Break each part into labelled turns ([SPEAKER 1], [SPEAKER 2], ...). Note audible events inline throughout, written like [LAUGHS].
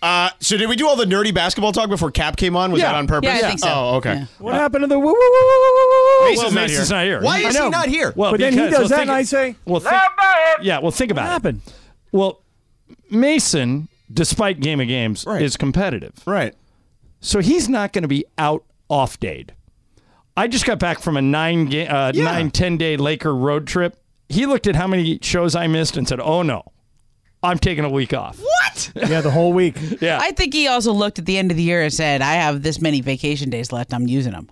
[SPEAKER 1] Uh, So did we do all the nerdy basketball talk before Cap came on? Was
[SPEAKER 2] Yeah.
[SPEAKER 1] that on purpose?
[SPEAKER 3] Yeah, I think so.
[SPEAKER 1] Oh, okay.
[SPEAKER 3] Yeah.
[SPEAKER 2] What happened to the woo woo woo woo woo? woo?
[SPEAKER 1] Mason's
[SPEAKER 4] Oh, Well,
[SPEAKER 1] not
[SPEAKER 4] Mason's
[SPEAKER 1] here.
[SPEAKER 4] not here.
[SPEAKER 1] Why
[SPEAKER 4] I
[SPEAKER 1] is
[SPEAKER 2] know.
[SPEAKER 1] he not here?
[SPEAKER 4] Well,
[SPEAKER 2] But then he
[SPEAKER 4] because-
[SPEAKER 2] does
[SPEAKER 4] well,
[SPEAKER 2] that
[SPEAKER 4] think-
[SPEAKER 2] and I say,
[SPEAKER 4] well, think, yeah. Well, think about
[SPEAKER 2] What
[SPEAKER 4] it.
[SPEAKER 2] happened?
[SPEAKER 4] Well, Mason, despite Game of Games,
[SPEAKER 1] Right.
[SPEAKER 4] is competitive.
[SPEAKER 1] right.
[SPEAKER 4] So he's not going to be out off dayed. I just got back from a nine ga- uh,
[SPEAKER 1] Yeah.
[SPEAKER 4] nine ten day Laker road trip. He looked at how many shows I missed and said, "Oh no, I'm taking a week off."
[SPEAKER 2] [LAUGHS] yeah, the whole week.
[SPEAKER 4] Yeah,
[SPEAKER 3] I think he also looked at the end of the year and said, "I have this many vacation days left. I'm using them."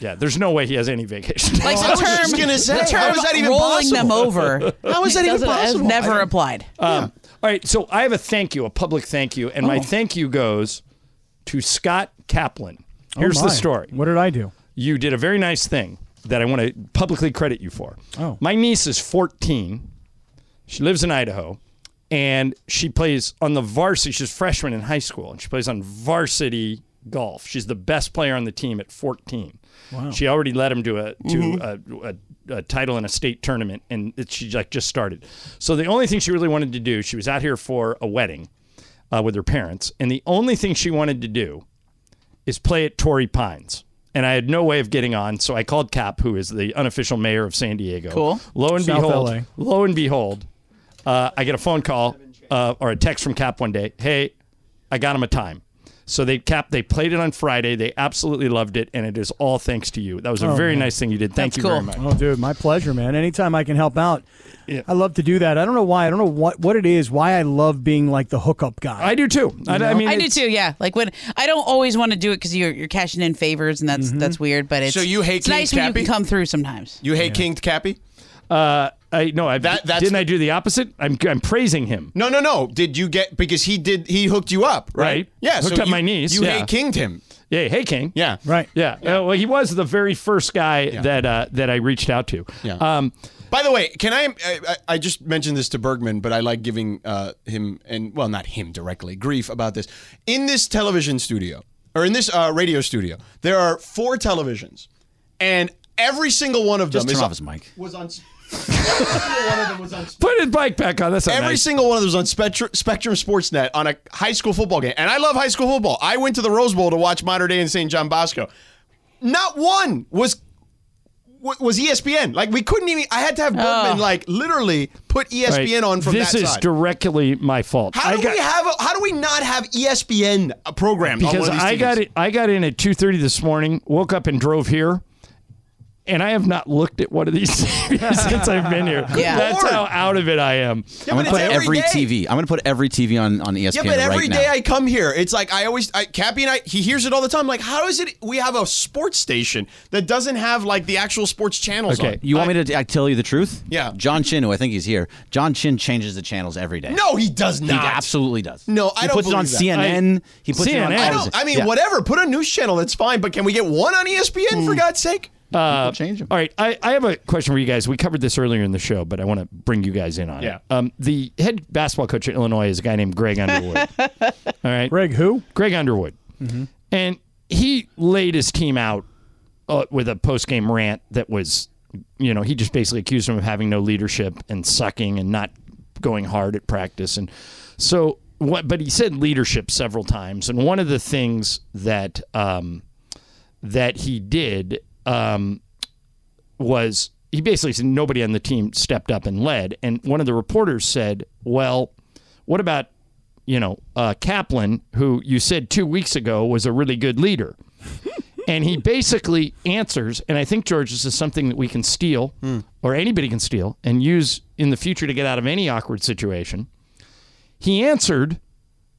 [SPEAKER 4] yeah. There's no way he has any vacation.
[SPEAKER 3] Like
[SPEAKER 1] I
[SPEAKER 3] the
[SPEAKER 1] was
[SPEAKER 3] term,
[SPEAKER 1] just gonna say,
[SPEAKER 3] the term
[SPEAKER 1] how is that even
[SPEAKER 3] rolling them
[SPEAKER 1] possible?
[SPEAKER 3] over.
[SPEAKER 1] [LAUGHS] How is that even
[SPEAKER 3] doesn't- has
[SPEAKER 1] possible?
[SPEAKER 3] Never
[SPEAKER 1] I-
[SPEAKER 3] applied.
[SPEAKER 4] Um, All right, so I have a thank you, a public thank you,
[SPEAKER 2] Oh.
[SPEAKER 4] and my thank you goes to Scott Kaplan. Here's
[SPEAKER 2] Oh, My.
[SPEAKER 4] the story.
[SPEAKER 2] What did I do?
[SPEAKER 4] You did a very nice thing that I want to publicly credit you for.
[SPEAKER 2] Oh.
[SPEAKER 4] My niece is 14. She lives in Idaho, and she plays on the varsity. She's a freshman in high school, and she plays on varsity golf. She's the best player on the team at 14. Wow. She already led him to a to a, a, a title in a state tournament, and it, she like just started. So the only thing she really wanted to do, she was out here for a wedding uh, with her parents, and the only thing she wanted to do is play at Torrey Pines. And I had no way of getting on, so I called Cap, who is the unofficial mayor of San Diego.
[SPEAKER 3] Cool.
[SPEAKER 4] Lo and
[SPEAKER 2] South
[SPEAKER 4] behold,
[SPEAKER 2] LA.
[SPEAKER 4] lo and behold, uh, I get a phone call uh, or a text from Cap one day. Hey, I got him a time. So they Cap, they played it on Friday. They absolutely loved it, and it is all thanks to you. That was a very nice thing you did. Thank
[SPEAKER 3] That's
[SPEAKER 4] you
[SPEAKER 3] cool.
[SPEAKER 4] very much.
[SPEAKER 2] Oh, dude, my pleasure, man. Anytime I can help out, I love to do that. I don't know why. I don't know what, what it is. Why I love being like the hookup guy.
[SPEAKER 4] I do too. I, I mean,
[SPEAKER 3] I do
[SPEAKER 4] it's-
[SPEAKER 3] too. Yeah, like when I don't always want to do it because you're you're cashing in favors and that's that's weird. But it's
[SPEAKER 1] So you hate
[SPEAKER 3] it's nice
[SPEAKER 1] King's
[SPEAKER 3] when you can
[SPEAKER 1] Cappy?
[SPEAKER 3] come through sometimes.
[SPEAKER 1] You hate King Cappy?
[SPEAKER 4] Uh, I no, I
[SPEAKER 1] That- that's
[SPEAKER 4] didn't.
[SPEAKER 1] the-
[SPEAKER 4] I do the opposite. I'm I'm praising him.
[SPEAKER 1] No, no, no. Did you get because he did he hooked you up, right?
[SPEAKER 4] Right.
[SPEAKER 1] Yeah.
[SPEAKER 4] Hooked
[SPEAKER 1] so
[SPEAKER 4] up
[SPEAKER 1] you-
[SPEAKER 4] my niece,
[SPEAKER 1] You
[SPEAKER 4] yeah.
[SPEAKER 1] hate kinged him.
[SPEAKER 4] Yeah. Hey, King.
[SPEAKER 1] Yeah.
[SPEAKER 2] right.
[SPEAKER 4] Yeah. Uh, well, he was the very first guy that uh, that I reached out to.
[SPEAKER 1] Yeah.
[SPEAKER 4] Um,
[SPEAKER 1] By the way, can I, I? I- I just mentioned this to Bergman, but I like giving uh, him and well, not him directly, grief about this. In this television studio or in this uh, radio studio, there are four televisions, and every single one of them is
[SPEAKER 5] Just turn
[SPEAKER 1] on-
[SPEAKER 5] off his mic.
[SPEAKER 1] was on. [LAUGHS] every single one of them was on.
[SPEAKER 4] put his bike back on. That's not
[SPEAKER 1] Every
[SPEAKER 4] nice.
[SPEAKER 1] single one of those on Spectrum, Spectrum Sportsnet on a high school football game. And I love high school football. I went to the Rose Bowl to watch Modern Day and St. John Bosco. Not one was wa- was E ESPN. Like we couldn't even. I had to have Bergman like literally put
[SPEAKER 4] Oh.
[SPEAKER 1] E
[SPEAKER 4] Right.
[SPEAKER 1] ESPN on from
[SPEAKER 4] this
[SPEAKER 1] that
[SPEAKER 4] is
[SPEAKER 1] side.
[SPEAKER 4] directly my fault.
[SPEAKER 1] how
[SPEAKER 4] I
[SPEAKER 1] do
[SPEAKER 4] got,
[SPEAKER 1] we have? A, how do we not have E ESPN programmed? on one
[SPEAKER 4] because
[SPEAKER 1] of these
[SPEAKER 4] I
[SPEAKER 1] TVs?
[SPEAKER 4] got it. I got in at two thirty this morning. Woke up and drove here. And I have not looked at one of these [LAUGHS] series since I've been here.
[SPEAKER 3] Yeah.
[SPEAKER 4] That's
[SPEAKER 1] Lord.
[SPEAKER 4] how out of it I am.
[SPEAKER 1] Yeah, but
[SPEAKER 5] I'm
[SPEAKER 1] it's
[SPEAKER 5] gonna put every,
[SPEAKER 1] day.
[SPEAKER 5] TV. I'm gonna put every TV on on E ESPN
[SPEAKER 1] Yeah, but every
[SPEAKER 5] right
[SPEAKER 1] day
[SPEAKER 5] now.
[SPEAKER 1] I come here, it's like I always, I, Cappy and I, he hears it all the time. Like, how is it we have a sports station that doesn't have like the actual sports channels?
[SPEAKER 4] Okay,
[SPEAKER 1] on?
[SPEAKER 5] you want me to I tell you the truth?
[SPEAKER 1] Yeah.
[SPEAKER 5] John Chin, who I think he's here. John Chin changes the channels every day.
[SPEAKER 1] No, he does
[SPEAKER 5] he
[SPEAKER 1] not.
[SPEAKER 5] absolutely does.
[SPEAKER 1] No, I
[SPEAKER 5] he
[SPEAKER 1] don't
[SPEAKER 5] puts it on
[SPEAKER 1] believe that.
[SPEAKER 5] CNN. he puts it on.
[SPEAKER 4] CNN.
[SPEAKER 1] I
[SPEAKER 5] all
[SPEAKER 4] don't-
[SPEAKER 5] these-
[SPEAKER 1] don't. I mean,
[SPEAKER 5] yeah.
[SPEAKER 1] whatever. Put a news channel. That's fine. But can we get one on E ESPN for God's sake? Uh,
[SPEAKER 5] People change them.
[SPEAKER 4] All right, I, I have a question for you guys. We covered this earlier in the show, but I want to bring you guys in on
[SPEAKER 1] Yeah.
[SPEAKER 4] it. Um, the head basketball coach at Illinois is a guy named
[SPEAKER 1] [LAUGHS]
[SPEAKER 4] Greg Underwood. All right,
[SPEAKER 2] Greg, who?
[SPEAKER 4] Greg Underwood, and he laid his team out uh, with a post game rant that was, you know, he just basically accused him of having no leadership and sucking and not going hard at practice, and so what? But he said leadership several times, and one of the things that um, that he did um, was he basically said nobody on the team stepped up and led. And one of the reporters said, "Well, what about you know uh, Kaplan, who you said two weeks ago was a really good leader?" and he basically answers, and I think George, this is something that we can steal, or anybody can steal, and use in the future to get out of any awkward situation. He answered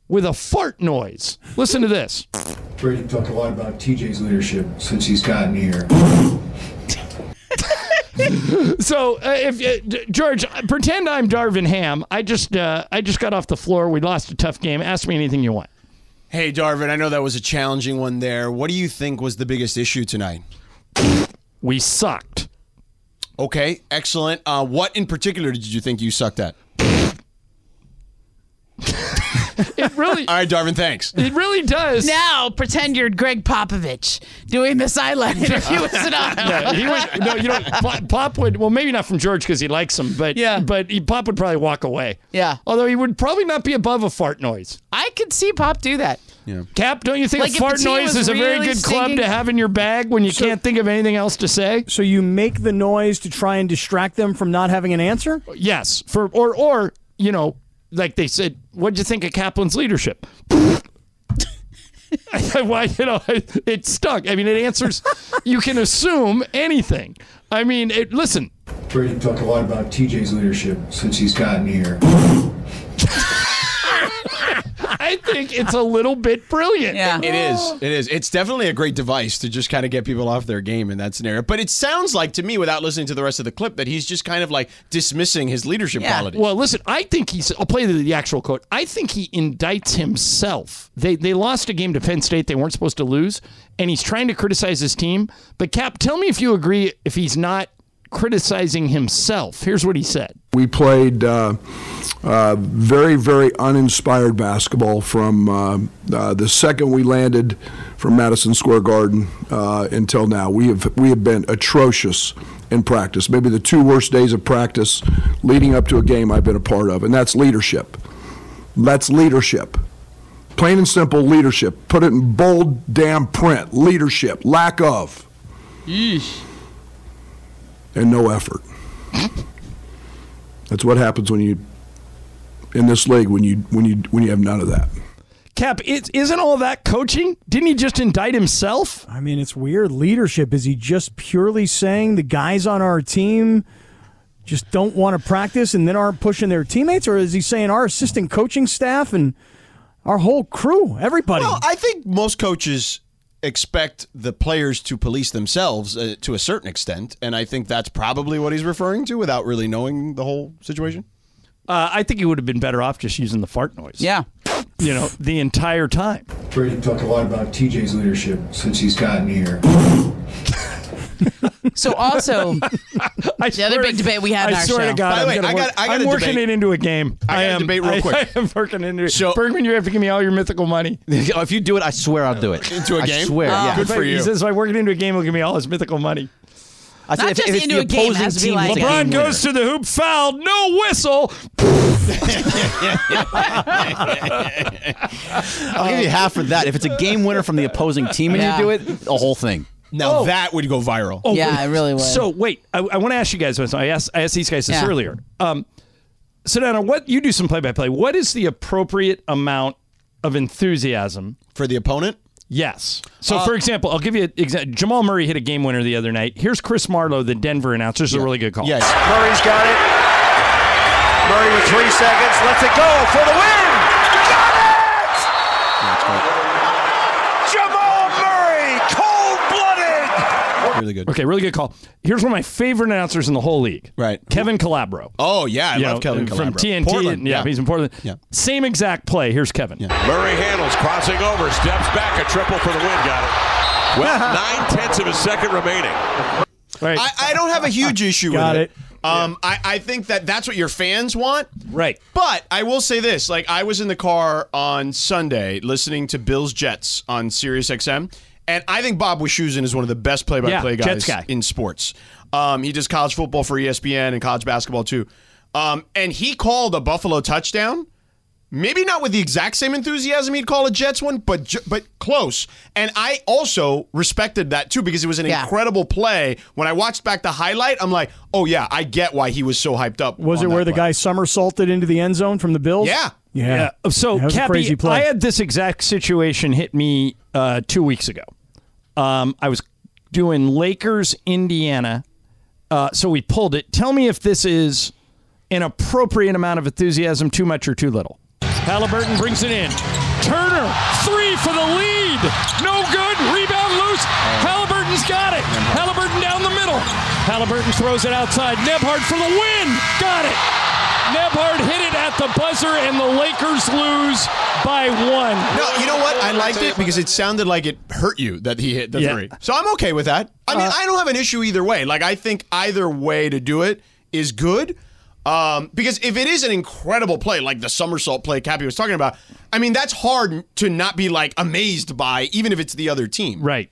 [SPEAKER 4] with a fart noise. Listen to this.
[SPEAKER 6] Brady talked a lot about TJ's leadership since he's gotten here.
[SPEAKER 4] So, uh, if uh, D- George, uh, pretend I'm Darvin Ham. I just uh, I just got off the floor. We lost a tough game. Ask me anything you want.
[SPEAKER 1] Hey, Darvin, I know that was a challenging one there. What do you think was the biggest issue tonight?
[SPEAKER 4] We sucked.
[SPEAKER 1] Okay, excellent. Uh, what in particular did you think you sucked at?
[SPEAKER 4] It really
[SPEAKER 1] All right, Darvin, [LAUGHS] thanks.
[SPEAKER 4] it really does.
[SPEAKER 3] [LAUGHS] Now pretend you're Greg Popovich doing the sideline interview with Sedano.
[SPEAKER 4] Uh, he would no, you know, Pop, Pop would well maybe not from George because he likes him, but
[SPEAKER 3] Yeah.
[SPEAKER 4] but he, Pop would probably walk away.
[SPEAKER 3] Yeah.
[SPEAKER 4] although he would probably not be above a fart noise.
[SPEAKER 3] I could see Pop do that.
[SPEAKER 4] Cap, don't you think
[SPEAKER 3] Like
[SPEAKER 4] a
[SPEAKER 3] if
[SPEAKER 4] fart
[SPEAKER 3] Patino
[SPEAKER 4] noise
[SPEAKER 3] was
[SPEAKER 4] is a very
[SPEAKER 3] really
[SPEAKER 4] good club
[SPEAKER 3] singing-
[SPEAKER 4] to have in your bag when you can't think of anything else to say?
[SPEAKER 2] So you make the noise to try and distract them from not having an answer?
[SPEAKER 4] Yes, for or or you know, like they said, what'd you think of Kaplan's leadership? [LAUGHS] Why you know it stuck? I mean, it answers. you can assume anything. I mean, it, listen,
[SPEAKER 6] Brady talked a lot about TJ's leadership since he's gotten here.
[SPEAKER 4] I think it's a little bit brilliant.
[SPEAKER 3] Yeah.
[SPEAKER 1] It is. It is. It's definitely a great device to just kind of get people off their game in that scenario. But it sounds like to me, without listening to the rest of the clip, that he's just kind of like dismissing his leadership
[SPEAKER 3] Yeah.
[SPEAKER 1] qualities.
[SPEAKER 4] Well, listen, I think he's. I'll play the, the actual quote. I think he indicts himself. They they lost a game to Penn State they weren't supposed to lose, and he's trying to criticize his team. But Cap, tell me if you agree if he's not criticizing himself. Here's what he said.
[SPEAKER 7] We played uh, uh, very, very uninspired basketball from uh, uh, the second we landed from Madison Square Garden uh, until now. We have we have been atrocious in practice. Maybe the two worst days of practice leading up to a game I've been a part of, and that's leadership. That's leadership. Plain and simple leadership. Put it in bold damn print. Leadership. Lack of. And no effort. That's what happens when you in this league when you when you when you have none of that.
[SPEAKER 4] Cap, it, isn't all that coaching? Didn't he just indict himself?
[SPEAKER 2] I mean, it's weird. Leadership. Is he just purely saying the guys on our team just don't want to practice and then aren't pushing their teammates? Or is he saying our assistant coaching staff and our whole crew, everybody?
[SPEAKER 1] Well, I think most coaches expect the players to police themselves uh, to a certain extent, and I think that's probably what he's referring to without really knowing the whole situation.
[SPEAKER 4] Uh, I think he would have been better off just using the fart noise.
[SPEAKER 3] Yeah.
[SPEAKER 4] you know, the entire time.
[SPEAKER 6] Brady talked a lot about TJ's leadership since he's gotten here.
[SPEAKER 1] [LAUGHS]
[SPEAKER 3] So also,
[SPEAKER 4] I
[SPEAKER 3] The other
[SPEAKER 4] swear-
[SPEAKER 3] big debate we had in
[SPEAKER 4] I
[SPEAKER 3] our
[SPEAKER 4] swear
[SPEAKER 3] show.
[SPEAKER 4] to
[SPEAKER 1] By
[SPEAKER 4] God,
[SPEAKER 1] the
[SPEAKER 4] I'm,
[SPEAKER 1] way,
[SPEAKER 4] gonna
[SPEAKER 1] I
[SPEAKER 4] work-
[SPEAKER 1] got- I got
[SPEAKER 4] I'm
[SPEAKER 1] a
[SPEAKER 4] working
[SPEAKER 1] debate.
[SPEAKER 4] it into a game.
[SPEAKER 1] I got a
[SPEAKER 4] am,
[SPEAKER 1] debate real
[SPEAKER 4] [LAUGHS] I-
[SPEAKER 1] quick.
[SPEAKER 4] I am working into it.
[SPEAKER 1] So-
[SPEAKER 4] Bergman, you have to give me all your
[SPEAKER 1] [LAUGHS]
[SPEAKER 4] mythical money.
[SPEAKER 5] [LAUGHS] if you do it, I swear I'll do it.
[SPEAKER 1] Into a
[SPEAKER 5] I
[SPEAKER 1] game?
[SPEAKER 5] swear,
[SPEAKER 1] Oh.
[SPEAKER 5] yeah.
[SPEAKER 1] Good for
[SPEAKER 4] He
[SPEAKER 1] you.
[SPEAKER 4] says, "By working into a game, he'll give me all his mythical money."
[SPEAKER 5] I said,
[SPEAKER 3] Not
[SPEAKER 5] if,
[SPEAKER 3] just
[SPEAKER 5] if it's
[SPEAKER 3] into
[SPEAKER 5] the
[SPEAKER 3] a game, it
[SPEAKER 5] opposing
[SPEAKER 3] has to be
[SPEAKER 5] team,
[SPEAKER 3] like-
[SPEAKER 5] it's a
[SPEAKER 3] LeBron
[SPEAKER 5] game
[SPEAKER 4] LeBron goes
[SPEAKER 5] winner.
[SPEAKER 4] to the hoop, fouled, no whistle.
[SPEAKER 5] I'll give you half for that. If it's a game winner from the opposing team and
[SPEAKER 3] Yeah.
[SPEAKER 5] you do it, the whole thing.
[SPEAKER 1] Now that would go viral.
[SPEAKER 4] Oh.
[SPEAKER 3] yeah, I really would.
[SPEAKER 4] So wait, I, I want to ask you guys this. I asked I asked these guys this
[SPEAKER 3] Yeah.
[SPEAKER 4] earlier. Um, so Dana, what you do some play by play. What is the appropriate amount of enthusiasm?
[SPEAKER 1] For the opponent?
[SPEAKER 4] Yes. So,
[SPEAKER 3] Uh,
[SPEAKER 4] for example, I'll give you an example. Jamal Murray hit a game winner the other night. Here's Chris Marlowe, the Denver announcer. This is a really good call.
[SPEAKER 1] Yes.
[SPEAKER 8] Murray's got it. Murray with three seconds. Let's it go for the win. Got it! Jamal Murray, cold blooded.
[SPEAKER 1] Really good.
[SPEAKER 4] Okay, really good call. Here's one of my favorite announcers in the whole league.
[SPEAKER 1] Right.
[SPEAKER 4] Kevin Calabro.
[SPEAKER 1] Oh, yeah. I
[SPEAKER 4] You
[SPEAKER 1] love
[SPEAKER 4] know,
[SPEAKER 1] Kevin
[SPEAKER 4] From
[SPEAKER 1] Calabro.
[SPEAKER 4] TNT.
[SPEAKER 1] Portland.
[SPEAKER 4] Yeah, he's in Portland.
[SPEAKER 1] Yeah.
[SPEAKER 4] Same exact play. Here's Kevin.
[SPEAKER 9] Murray handles, crossing over, steps back, a triple for the win. Got it. Well,
[SPEAKER 4] [LAUGHS]
[SPEAKER 9] nine tenths of a second remaining.
[SPEAKER 4] Right.
[SPEAKER 1] I, I don't have a huge issue
[SPEAKER 2] Got
[SPEAKER 1] with it. Um, I, I think that that's what your fans want.
[SPEAKER 4] Right.
[SPEAKER 1] But I will say this: like I was in the car on Sunday listening to Bills Jets on Sirius XM, and I think Bob Wischusen is one of the best play-by-play
[SPEAKER 4] Yeah,
[SPEAKER 1] guys
[SPEAKER 4] Jets guy.
[SPEAKER 1] in sports. Um, he does college football for E ESPN and college basketball too. Um, and he called a Buffalo touchdown. Maybe not with the exact same enthusiasm he'd call a Jets one, but ju- but close. And I also respected that too because it was an
[SPEAKER 3] Yeah.
[SPEAKER 1] incredible play. When I watched back the highlight, I'm like, oh yeah, I get why he was so hyped up.
[SPEAKER 2] was
[SPEAKER 1] on
[SPEAKER 2] it
[SPEAKER 1] that
[SPEAKER 2] where the
[SPEAKER 1] play.
[SPEAKER 2] guy somersaulted into the end zone from the Bills?
[SPEAKER 1] Yeah.
[SPEAKER 2] Yeah.
[SPEAKER 4] Yeah. So,
[SPEAKER 2] that was
[SPEAKER 4] Cappy,
[SPEAKER 2] a crazy play.
[SPEAKER 4] I had this exact situation hit me uh, two weeks ago. Um, I was doing Lakers, Indiana. Uh, so we pulled it. Tell me if this is an appropriate amount of enthusiasm, too much or too little. Halliburton brings it in. Turner, three for the lead. No good. Rebound loose. Halliburton's got it. Halliburton down the middle. Halliburton throws it outside. Nebhard for the win. Got it. Nebhard hit it at the buzzer, and the Lakers lose by one.
[SPEAKER 1] No, you know what? I liked it because it sounded like it hurt you that he hit the
[SPEAKER 4] Yeah. Uh,
[SPEAKER 1] three. So I'm okay with that. I mean, I don't have an issue either way. Like I think either way to do it is good. Um, because if it is an incredible play, like the somersault play Cappy was talking about, I mean that's hard to not be like amazed by, even if it's the other team.
[SPEAKER 4] Right.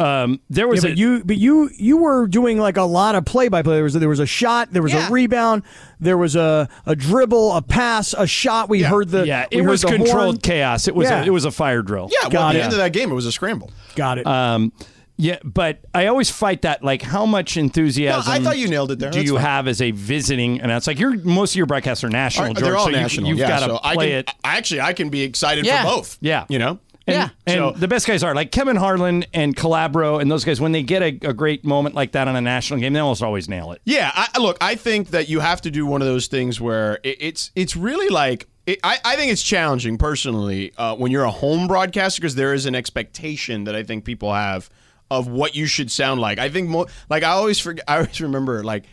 [SPEAKER 4] Um, there was a
[SPEAKER 2] Yeah, but you, but you, you were doing like a lot of play-by-play. There was there was a shot, there was
[SPEAKER 3] Yeah.
[SPEAKER 2] a rebound, there was a, a dribble, a pass, a shot. We heard the
[SPEAKER 4] yeah.
[SPEAKER 2] we
[SPEAKER 4] It
[SPEAKER 2] heard
[SPEAKER 4] was
[SPEAKER 2] the horn.
[SPEAKER 4] controlled chaos. It was
[SPEAKER 2] Yeah.
[SPEAKER 4] a, it was a fire drill.
[SPEAKER 1] Yeah, well,
[SPEAKER 2] Got
[SPEAKER 1] at the
[SPEAKER 2] it.
[SPEAKER 1] end of that game, it was a scramble.
[SPEAKER 2] Got it.
[SPEAKER 4] Um, yeah, but I always fight that. Like, how much enthusiasm?
[SPEAKER 1] No, I thought you nailed it there.
[SPEAKER 4] Do
[SPEAKER 1] That's
[SPEAKER 4] you
[SPEAKER 1] fine.
[SPEAKER 4] have as a visiting? And it's like you're most of your broadcasts are national.
[SPEAKER 1] All right,
[SPEAKER 4] George,
[SPEAKER 1] they're all
[SPEAKER 4] so you-
[SPEAKER 1] national.
[SPEAKER 4] You've
[SPEAKER 1] yeah,
[SPEAKER 4] got to
[SPEAKER 1] so
[SPEAKER 4] play
[SPEAKER 1] I can,
[SPEAKER 4] it.
[SPEAKER 1] I- Actually, I can be excited
[SPEAKER 3] Yeah.
[SPEAKER 1] for both.
[SPEAKER 4] Yeah.
[SPEAKER 1] you know.
[SPEAKER 3] Yeah.
[SPEAKER 4] And
[SPEAKER 1] So-
[SPEAKER 4] the best guys are like Kevin Harlan and Calabro and those guys. When they get a, a great moment like that on a national game, they almost always nail it.
[SPEAKER 1] Yeah, I, I- look, I think that you have to do one of those things where it, it's it's really like it, I I think it's challenging personally uh, when you're a home broadcaster because there is an expectation that I think people have of what you should sound like. I think more like I always forget. I always remember like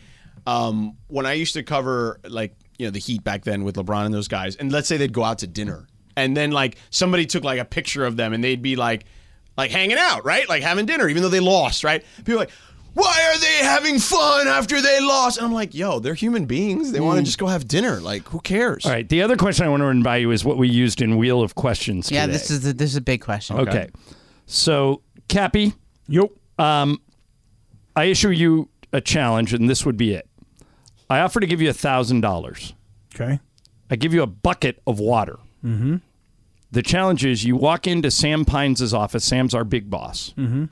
[SPEAKER 1] um, when I used to cover like you know the Heat back then with LeBron and those guys, and let's say they'd go out to dinner, and then like somebody took like a picture of them, and they'd be like like hanging out, right? Like having dinner, even though they lost, right? People are like, why are they having fun after they lost? And I'm like, yo, they're human beings. They want to just go have dinner. Like, who cares?
[SPEAKER 4] All Mm. right. The other question I want to run by you is what we used in Wheel of Questions.
[SPEAKER 3] Yeah,
[SPEAKER 4] today.
[SPEAKER 3] this is a, this is a big question.
[SPEAKER 4] okay. So Cappy,
[SPEAKER 2] yep.
[SPEAKER 4] I issue you a challenge, and this would be it. I offer to give you a thousand dollars.
[SPEAKER 2] Okay.
[SPEAKER 4] I give you a bucket of water. Mm-hmm. The challenge is you walk into Sam Pines' office. Sam's our big boss. Mm-hmm.